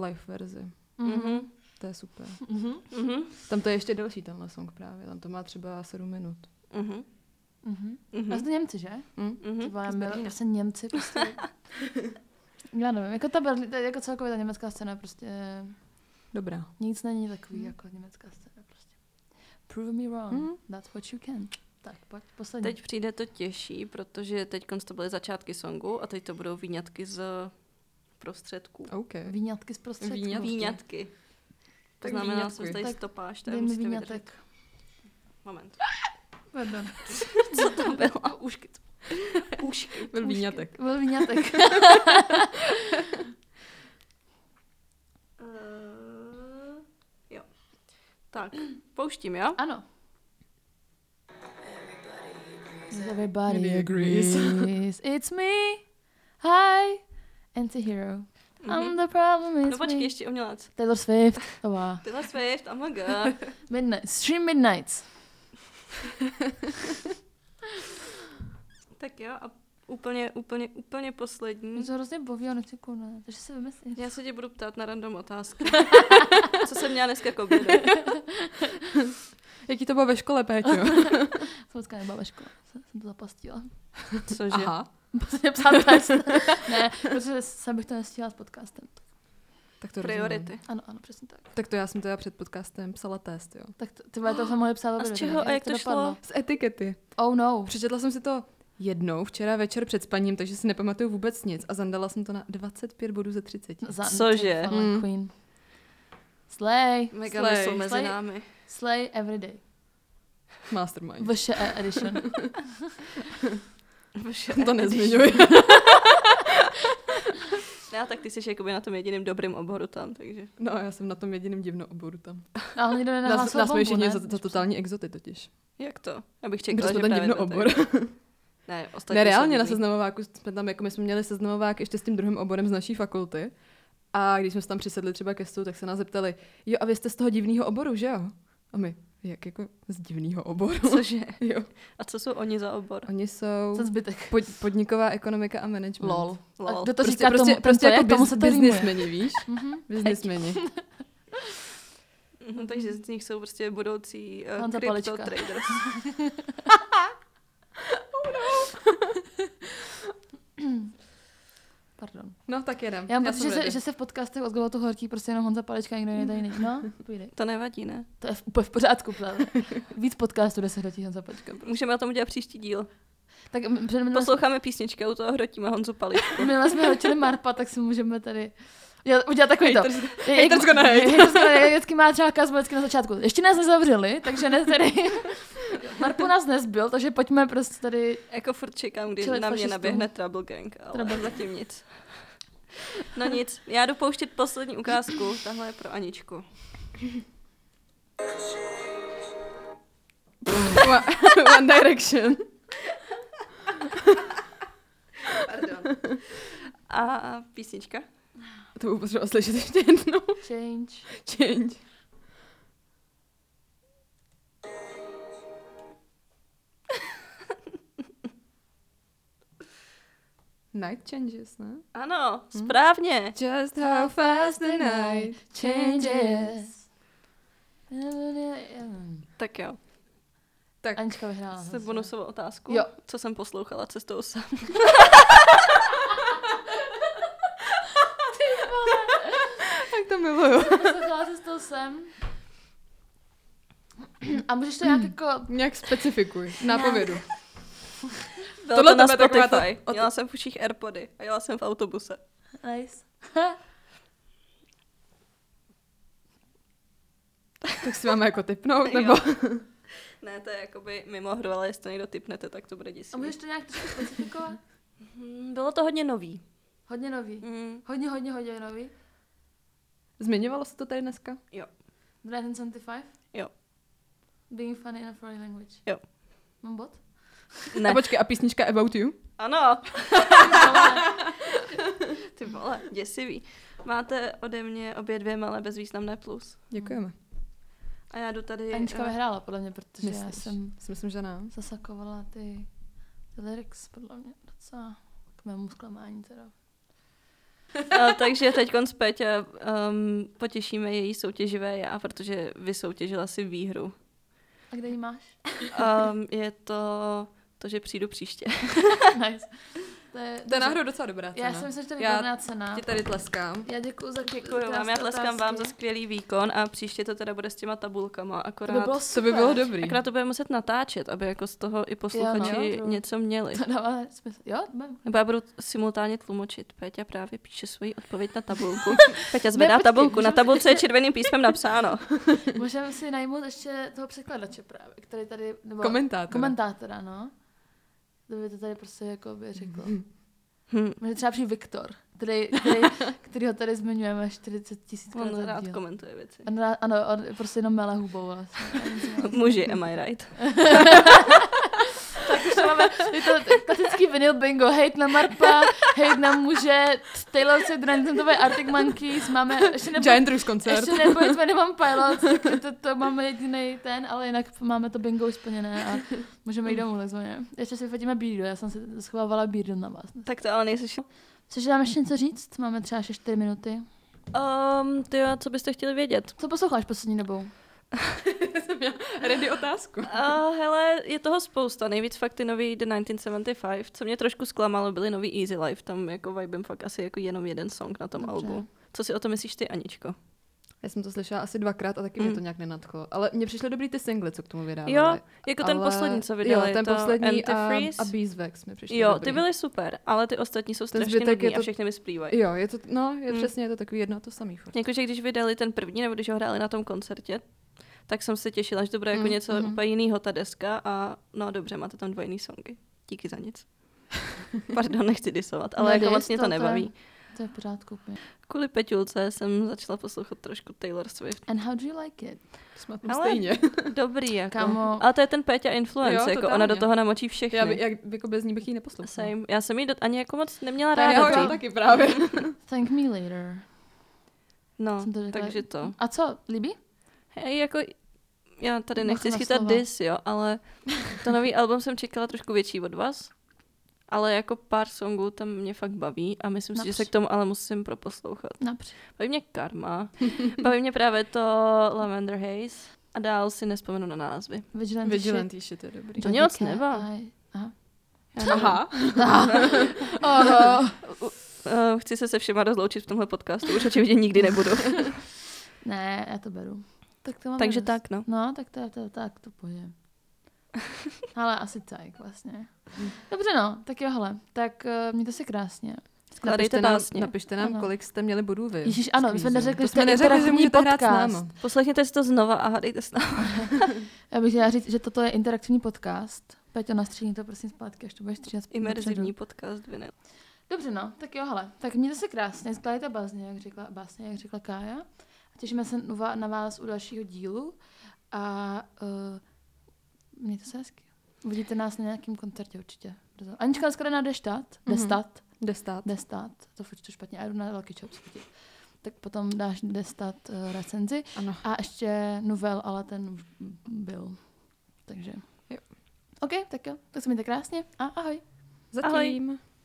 [SPEAKER 2] live verzi.
[SPEAKER 1] Mhm.
[SPEAKER 3] Mhm.
[SPEAKER 2] To je super.
[SPEAKER 1] Mhm.
[SPEAKER 3] Mhm.
[SPEAKER 2] Tam to je ještě delší tenhle song právě. Tam to má třeba 7 minut.
[SPEAKER 3] Mhm.
[SPEAKER 1] Mhm.
[SPEAKER 3] Mhm.
[SPEAKER 1] A jsou to Němci, že?
[SPEAKER 2] Hm?
[SPEAKER 1] Ty
[SPEAKER 3] Mhm.
[SPEAKER 1] vole, já
[SPEAKER 2] Z
[SPEAKER 1] miluju
[SPEAKER 2] Berlína.
[SPEAKER 1] prostě Němci. Prostě. Já nevím, jako ta Berlí, ta- jako celkově ta německá scéna prostě
[SPEAKER 2] Dobrá.
[SPEAKER 1] nic není takový
[SPEAKER 3] Mhm.
[SPEAKER 1] jako německá scéna prostě. Prove me wrong,
[SPEAKER 2] Mhm.
[SPEAKER 1] that's what you can. Tak, pojď, poslední.
[SPEAKER 3] Teď přijde to těžší, protože teď to byly začátky songu a teď to budou výňatky z prostředků.
[SPEAKER 2] OK.
[SPEAKER 1] Výňatky z prostředků.
[SPEAKER 2] Výňatky.
[SPEAKER 3] Výňatky. To
[SPEAKER 2] Tak
[SPEAKER 3] znamená,
[SPEAKER 2] výňatky.
[SPEAKER 3] jsem tady
[SPEAKER 1] Tak
[SPEAKER 3] stopáž, to
[SPEAKER 1] Dej
[SPEAKER 3] je
[SPEAKER 1] mi
[SPEAKER 3] musíte vydržet.
[SPEAKER 1] výňatek.
[SPEAKER 3] Moment.
[SPEAKER 1] Pardon.
[SPEAKER 3] Co to bylo? Ušky. Ušky.
[SPEAKER 2] Byl výňatek.
[SPEAKER 1] Byl výňatek.
[SPEAKER 3] Eh, jo. Tak, pouštím, jo?
[SPEAKER 1] Ano. Everybody
[SPEAKER 2] Everybody agrees.
[SPEAKER 1] agrees. It's me. Hi. Anti-hero. I'm
[SPEAKER 3] Mhm.
[SPEAKER 1] the problem,
[SPEAKER 3] No
[SPEAKER 1] it's
[SPEAKER 3] počkej,
[SPEAKER 1] me.
[SPEAKER 3] ještě umělec.
[SPEAKER 1] Taylor Swift. To byla.
[SPEAKER 3] Tyhle Swift, oh my god.
[SPEAKER 1] Midnight. Stream Midnights.
[SPEAKER 3] Mhm. Tak jo, a úplně, úplně, úplně poslední.
[SPEAKER 1] Mě to hrozně baví a nechci konat. Takže si vymyslím.
[SPEAKER 3] Já se tě budu ptát na random otázky. Co jsem měla dneska k obědu?
[SPEAKER 2] Jaký to bylo ve škole, Péťo?
[SPEAKER 1] Jsem dneska nebyla ve škole. Jsem jsem to zapastila.
[SPEAKER 3] Cože?
[SPEAKER 2] Aha.
[SPEAKER 1] Prostě psát test. ne, protože jsem bych to nestíhala s podcastem.
[SPEAKER 2] Tak to
[SPEAKER 3] Priority.
[SPEAKER 1] Ano, ano, přesně tak.
[SPEAKER 2] rozumím. Tak to já jsem teda před podcastem psala test, jo.
[SPEAKER 1] Tak to, ty vole, to jsem mohla psát.
[SPEAKER 3] A z
[SPEAKER 1] dobrý,
[SPEAKER 3] čeho?
[SPEAKER 1] ne?
[SPEAKER 3] A jak to šlo?
[SPEAKER 1] dopadlo?
[SPEAKER 2] Z etikety.
[SPEAKER 1] Oh no.
[SPEAKER 2] Přečetla jsem si to jednou včera večer před spaním, takže si nepamatuju vůbec nic a zandala jsem to na 25 bodů ze 30.
[SPEAKER 1] Za,
[SPEAKER 3] Cože?
[SPEAKER 1] ty vole,
[SPEAKER 2] Mm.
[SPEAKER 1] Queen. Slay.
[SPEAKER 3] Mega
[SPEAKER 2] Slay.
[SPEAKER 3] jsou mezi
[SPEAKER 1] Slay.
[SPEAKER 3] námi.
[SPEAKER 1] Slay every day.
[SPEAKER 2] Mastermind.
[SPEAKER 1] VŠE E edition.
[SPEAKER 2] To nezmiňuji.
[SPEAKER 3] Já tak ty jsi jakoby na tom jediném dobrém oboru tam, takže.
[SPEAKER 2] No, já jsem na tom jediném divnou oboru tam.
[SPEAKER 1] Ale nikdo
[SPEAKER 2] Nás,
[SPEAKER 1] nenahlásil
[SPEAKER 2] nás
[SPEAKER 1] bombu,
[SPEAKER 2] jsme všichni
[SPEAKER 1] ne?
[SPEAKER 2] za, za totální exoty totiž.
[SPEAKER 3] Jak to? Já bych čekala,
[SPEAKER 2] Čekala, jsme
[SPEAKER 3] že
[SPEAKER 2] ten
[SPEAKER 3] právě
[SPEAKER 2] divno
[SPEAKER 3] to tak-
[SPEAKER 2] obor.
[SPEAKER 3] Ne, ostatní
[SPEAKER 2] Ne, reálně
[SPEAKER 3] jsou
[SPEAKER 2] na
[SPEAKER 3] divný.
[SPEAKER 2] seznamováku jsme tam, jako my jsme měli seznamovák ještě s tím druhým oborem z naší fakulty. A když jsme se tam přisedli třeba ke stolu, tak se nás zeptali, jo, a vy jste z toho divného oboru, že jo? A my, jak jako z divného oboru?
[SPEAKER 3] Cože?
[SPEAKER 2] jo.
[SPEAKER 3] A co jsou oni za obor?
[SPEAKER 2] Oni jsou
[SPEAKER 1] Ten zbytek.
[SPEAKER 2] pod, podniková ekonomika a management.
[SPEAKER 1] Lol. A
[SPEAKER 3] Lol.
[SPEAKER 1] kdo to
[SPEAKER 2] prostě,
[SPEAKER 1] říká
[SPEAKER 2] prostě,
[SPEAKER 1] tomu,
[SPEAKER 2] prostě
[SPEAKER 1] tento
[SPEAKER 2] jako
[SPEAKER 1] jak, tomu
[SPEAKER 2] biz,
[SPEAKER 1] se to rýmuje.
[SPEAKER 2] biznismeni, víš?
[SPEAKER 1] Mhm.
[SPEAKER 2] Biznismeni.
[SPEAKER 3] Mhm, takže z nich jsou prostě budoucí uh,
[SPEAKER 1] Honza
[SPEAKER 3] crypto
[SPEAKER 1] Palička.
[SPEAKER 3] traders.
[SPEAKER 2] No, tak jedem.
[SPEAKER 1] Já mám pocit, že,
[SPEAKER 2] jsem
[SPEAKER 1] se-
[SPEAKER 2] ready.
[SPEAKER 1] že se v podcastech od Golotu hortí prostě jenom Honza Palečka, nikdo jiný tady není. No, půjde.
[SPEAKER 3] To nevadí, ne?
[SPEAKER 1] To je v, úplně v pořádku, právě. Víc podcastů, kde se hrotí Honza Palečka.
[SPEAKER 3] Můžeme o tom udělat příští díl.
[SPEAKER 1] Tak m- před minulou
[SPEAKER 3] Posloucháme písničky, u toho hrotíme Honzu Paličku.
[SPEAKER 1] Minule jsme hotili Marpa, tak si můžeme tady udělat, udělat takový to.
[SPEAKER 2] hejtersko na hejt.
[SPEAKER 1] Hejtersko na hejt. Vždycky má třeba kaz vždycky na začátku. Ještě nás nezavřeli, takže ne tady. Marpu nás nezbyl, takže pojďme prostě tady.
[SPEAKER 3] jako furt čekám, kdy
[SPEAKER 1] Čelit
[SPEAKER 3] na mě
[SPEAKER 1] fašistům.
[SPEAKER 3] naběhne Trouble Gang, ale
[SPEAKER 1] Trouble.
[SPEAKER 3] trouble. zatím nic. No nic, já jdu pouštět poslední ukázku, tahle je pro Aničku.
[SPEAKER 2] One Direction.
[SPEAKER 3] A písnička?
[SPEAKER 2] To bych potřeba slyšet ještě jednou.
[SPEAKER 1] Change.
[SPEAKER 2] Change. Night changes, ne?
[SPEAKER 3] Ano, správně.
[SPEAKER 2] Just how fast the night
[SPEAKER 1] Changes.
[SPEAKER 3] Tak jo,
[SPEAKER 2] Tak,
[SPEAKER 1] Anička vyhrála.
[SPEAKER 3] se bonusovou otázku,
[SPEAKER 1] Jo.
[SPEAKER 3] co jsem poslouchala cestou sem.
[SPEAKER 2] tak to miluju.
[SPEAKER 1] Poslouchala jsi to sem? A můžeš to nějak
[SPEAKER 2] Hmm.
[SPEAKER 1] jako
[SPEAKER 2] Nějak specifikuj, nápovědu.
[SPEAKER 3] Bylo
[SPEAKER 2] Tohle
[SPEAKER 3] to na
[SPEAKER 2] to bude taková ta-
[SPEAKER 3] Spotify.
[SPEAKER 2] o-
[SPEAKER 3] Měla jsem v uších Airpody a jela jsem v autobuse.
[SPEAKER 1] Nice.
[SPEAKER 2] Tak si máme jako typnout,
[SPEAKER 3] Jo.
[SPEAKER 2] nebo...
[SPEAKER 3] Ne, to je jakoby mimo hru, ale jestli to někdo typnete, tak to bude
[SPEAKER 1] A
[SPEAKER 3] děsivý.
[SPEAKER 1] můžeš to nějak trošku specifikovat?
[SPEAKER 3] Hmm, Bylo to hodně nový.
[SPEAKER 1] Hodně nový.
[SPEAKER 3] Mm,
[SPEAKER 1] Hodně, hodně, hodně nový.
[SPEAKER 2] Zmiňovalo se to tady dneska?
[SPEAKER 1] Brighton 75?
[SPEAKER 3] Jo.
[SPEAKER 1] Being funny in a foreign language?
[SPEAKER 3] Jo.
[SPEAKER 1] Mám bod?
[SPEAKER 3] Ne.
[SPEAKER 2] A počkej, a písnička About You?
[SPEAKER 3] ano, ty vole, děsivý. Máte ode mě obě dvě malé bezvýznamné plus.
[SPEAKER 2] Děkujeme.
[SPEAKER 3] A já jdu tady...
[SPEAKER 1] Anička
[SPEAKER 3] eh,
[SPEAKER 1] vyhrála podle mě, protože já
[SPEAKER 2] Myslíš?
[SPEAKER 1] jsem
[SPEAKER 2] Si myslím, že ne.
[SPEAKER 1] zasakovala ty, ty lyrics podle mě docela k mému zklamání teda.
[SPEAKER 3] A, takže teď zpět a, um, potěšíme její soutěživé já, protože vysoutěžila si výhru.
[SPEAKER 1] A kde ji máš?
[SPEAKER 3] Um, je to to, že přijdu příště.
[SPEAKER 1] nice. To je,
[SPEAKER 2] To je
[SPEAKER 1] dobře.
[SPEAKER 2] náhodou docela dobrá cena.
[SPEAKER 1] Já si myslím, že to je
[SPEAKER 2] Já
[SPEAKER 1] výborná cena.
[SPEAKER 2] Ti tady tleskám.
[SPEAKER 1] Já děkuji za
[SPEAKER 3] Děkuji vám,
[SPEAKER 1] krásné
[SPEAKER 3] já tleskám
[SPEAKER 1] otázky.
[SPEAKER 3] vám za skvělý výkon a příště to teda bude s těma tabulkama,
[SPEAKER 1] To
[SPEAKER 3] akorát
[SPEAKER 1] by bylo
[SPEAKER 2] To by
[SPEAKER 1] super.
[SPEAKER 2] bylo dobrý.
[SPEAKER 3] akorát to budeme muset natáčet, aby jako z toho i posluchači
[SPEAKER 1] Jo, no.
[SPEAKER 3] něco měli.
[SPEAKER 1] To dává smysl. Jo, budeme.
[SPEAKER 3] Nebo já budu simultánně tlumočit. Peťa právě píše svoji odpověď na tabulku. Peťa
[SPEAKER 1] Ne,
[SPEAKER 3] zvedá
[SPEAKER 1] počkej,
[SPEAKER 3] tabulku, na
[SPEAKER 1] můžeme-
[SPEAKER 3] tabulce je červeným písmem napsáno.
[SPEAKER 1] Můžeme si najmout ještě toho překladače právě, který tady... Nebo
[SPEAKER 3] Jako
[SPEAKER 2] Komentátor.
[SPEAKER 1] komentátora, no. To by to tady prostě jako by řekl.
[SPEAKER 3] Hm.
[SPEAKER 1] Může třeba přijít Viktor, který, který, který ho tady zmiňujeme 40 tisíc krát
[SPEAKER 3] On
[SPEAKER 1] za
[SPEAKER 3] rád
[SPEAKER 1] díl.
[SPEAKER 3] komentuje věci.
[SPEAKER 1] On rád, ano, on prostě jenom mele hubou. Vlastně. A nic jiného.
[SPEAKER 3] Muži, am I right?
[SPEAKER 1] tak už to máme, je to klasický vinyl bingo, hejt na Marpa, hejt na muže, Taylor Swift, Randomové Arctic Monkeys, máme, ještě nebo,
[SPEAKER 2] Giant Roots koncert.
[SPEAKER 1] ještě nebo jsme nemám pilot, takže to, to máme jediný ten, ale jinak máme to bingo už splněné a můžeme jít domů takzvaně. Ještě si vyfotíme bídu, já jsem si schovávala bídu na vás.
[SPEAKER 3] Tak to ale nejsi
[SPEAKER 1] Chceš nám ještě něco říct? Máme třeba ještě 4 minuty.
[SPEAKER 3] Um, ty jo, co byste chtěli vědět?
[SPEAKER 1] Co posloucháš poslední dobou?
[SPEAKER 2] jsem měla ready otázku.
[SPEAKER 3] Uh, hele, je toho spousta. Nejvíc fakt ty nový The 1975. Co mě trošku zklamalo, byly nový Easy Life. Tam jako vibem fakt asi jako jenom jeden song na tom
[SPEAKER 1] Dobře.
[SPEAKER 3] albu. Co si o tom myslíš ty, Aničko?
[SPEAKER 2] Já jsem to slyšela asi dvakrát a taky mě to nějak nenadchlo. Ale mně přišly dobrý ty single, co k tomu vydávali.
[SPEAKER 3] Jo, jako ten
[SPEAKER 2] Ale-
[SPEAKER 3] poslední, co vydali.
[SPEAKER 2] Jo, ten
[SPEAKER 3] to
[SPEAKER 2] poslední a,
[SPEAKER 3] Antifreeze.
[SPEAKER 2] a Beeswax mi přišly
[SPEAKER 3] Jo,
[SPEAKER 2] dobrý.
[SPEAKER 3] ty byly super, ale ty ostatní jsou strašně
[SPEAKER 2] zbytek
[SPEAKER 3] nudný
[SPEAKER 2] je
[SPEAKER 3] a
[SPEAKER 2] to-
[SPEAKER 3] všechny mi splývají.
[SPEAKER 2] Jo, je to, no, je
[SPEAKER 3] Mm.
[SPEAKER 2] přesně, je to takový jedno a to samý furt.
[SPEAKER 3] Jakože Jako, když vydali ten první, nebo když ho hráli na tom koncertě, tak jsem se těšila, že to bude jako
[SPEAKER 2] Mm,
[SPEAKER 3] něco
[SPEAKER 2] mhm.
[SPEAKER 3] úplně jiného ta deska a no dobře, máte tam dva jiný songy. Díky za nic. Pardon, nechci disovat, ale
[SPEAKER 1] No,
[SPEAKER 3] jako
[SPEAKER 1] dis,
[SPEAKER 3] moc mě
[SPEAKER 1] to-
[SPEAKER 3] to
[SPEAKER 1] to je-
[SPEAKER 3] nebaví.
[SPEAKER 1] To je v pořádku. úplně.
[SPEAKER 3] Kvůli Peťulce jsem začala poslouchat trošku Taylor Swift.
[SPEAKER 1] And how do you like it?
[SPEAKER 2] Jsme na tom
[SPEAKER 3] Ale-
[SPEAKER 2] stejně.
[SPEAKER 3] Dobrý jako.
[SPEAKER 1] Kámo.
[SPEAKER 3] Ale to je ten Peťa influence,
[SPEAKER 2] Jo,
[SPEAKER 3] jo, jako ona
[SPEAKER 2] totálně.
[SPEAKER 3] do toho namočí všechny.
[SPEAKER 2] Já, by, jak, jako bez ní bych jí neposlouchala.
[SPEAKER 3] Same. Já jsem jí do... ani jako moc neměla
[SPEAKER 1] Tak
[SPEAKER 2] Já,
[SPEAKER 1] jo,
[SPEAKER 3] ráda.
[SPEAKER 1] jo,
[SPEAKER 2] já
[SPEAKER 3] ty.
[SPEAKER 2] taky právě.
[SPEAKER 1] Thank me later.
[SPEAKER 3] No,
[SPEAKER 1] Jsem to řekla-
[SPEAKER 3] takže to.
[SPEAKER 1] A co, líbí?
[SPEAKER 3] Hej, jako, já tady
[SPEAKER 1] Bacha
[SPEAKER 3] nechci
[SPEAKER 1] na
[SPEAKER 3] schytat
[SPEAKER 1] slova.
[SPEAKER 3] dis, jo, ale to nový album jsem čekala trošku větší od vás, ale jako pár songů tam mě fakt baví a myslím si, že
[SPEAKER 1] Např.
[SPEAKER 3] se k tomu ale musím proposlouchat.
[SPEAKER 1] Např.
[SPEAKER 3] Baví mě Karma, baví mě právě to Lavender Haze a dál si nespomenu na názvy.
[SPEAKER 1] Vigilant.
[SPEAKER 2] Vigilant shit je dobrý.
[SPEAKER 3] To mě moc nebá.
[SPEAKER 1] Aha.
[SPEAKER 3] Já nevím.
[SPEAKER 2] Aha.
[SPEAKER 1] Aha.
[SPEAKER 3] eh, chci se se všema rozloučit v tomhle podcastu, už očividně nikdy nebudu.
[SPEAKER 1] Ne, já to beru. Tak to mám
[SPEAKER 3] Takže
[SPEAKER 1] radost.
[SPEAKER 3] tak, no.
[SPEAKER 1] No, tak to, to, tak to půjde. Ale asi tak vlastně. Dobře no, tak jo, hele. Tak uh, mějte se krásně.
[SPEAKER 3] Skladejte
[SPEAKER 2] nám,
[SPEAKER 3] básně.
[SPEAKER 2] napište nám,
[SPEAKER 1] Ano.
[SPEAKER 2] kolik jste měli bodů vy.
[SPEAKER 1] Ježíš, ano, my jsme
[SPEAKER 2] Kvízu.
[SPEAKER 1] neřekli,
[SPEAKER 2] to
[SPEAKER 1] že to
[SPEAKER 2] jsme
[SPEAKER 1] je
[SPEAKER 2] neřekli, že
[SPEAKER 1] interaktivní
[SPEAKER 2] můžete hrát s
[SPEAKER 1] podcast.
[SPEAKER 2] náma.
[SPEAKER 3] Poslechněte si to znova a hádejte s námi.
[SPEAKER 1] Já bych chtěla říct, že toto je interaktivní podcast. Peťo, nastříhni to prosím zpátky, až to budeš stříhat dopředu.
[SPEAKER 3] Imerzivní podcast vinyl.
[SPEAKER 1] Dobře no, tak jo, hele. Tak mějte se krásně, skládejte básně, jak řekla, básně, jak řekla Kája. A těšíme se na vá- na vás u dalšího dílu. A uh, mějte se hezky. Uvidíte nás na nějakém koncertě určitě. brzo. Anička dneska jde na deštat.
[SPEAKER 2] Mhm.
[SPEAKER 1] Destat.
[SPEAKER 2] Destát.
[SPEAKER 1] Destat. To furt to špatně. A jdu na Lucky Chop svítit. Tak potom dáš destat uh, recenzi.
[SPEAKER 2] Ano.
[SPEAKER 1] A ještě novel, ale ten už byl. Takže.
[SPEAKER 2] Jo.
[SPEAKER 1] OK, tak jo. Tak se mějte krásně a ahoj.
[SPEAKER 2] Zatím.
[SPEAKER 3] Ahoj.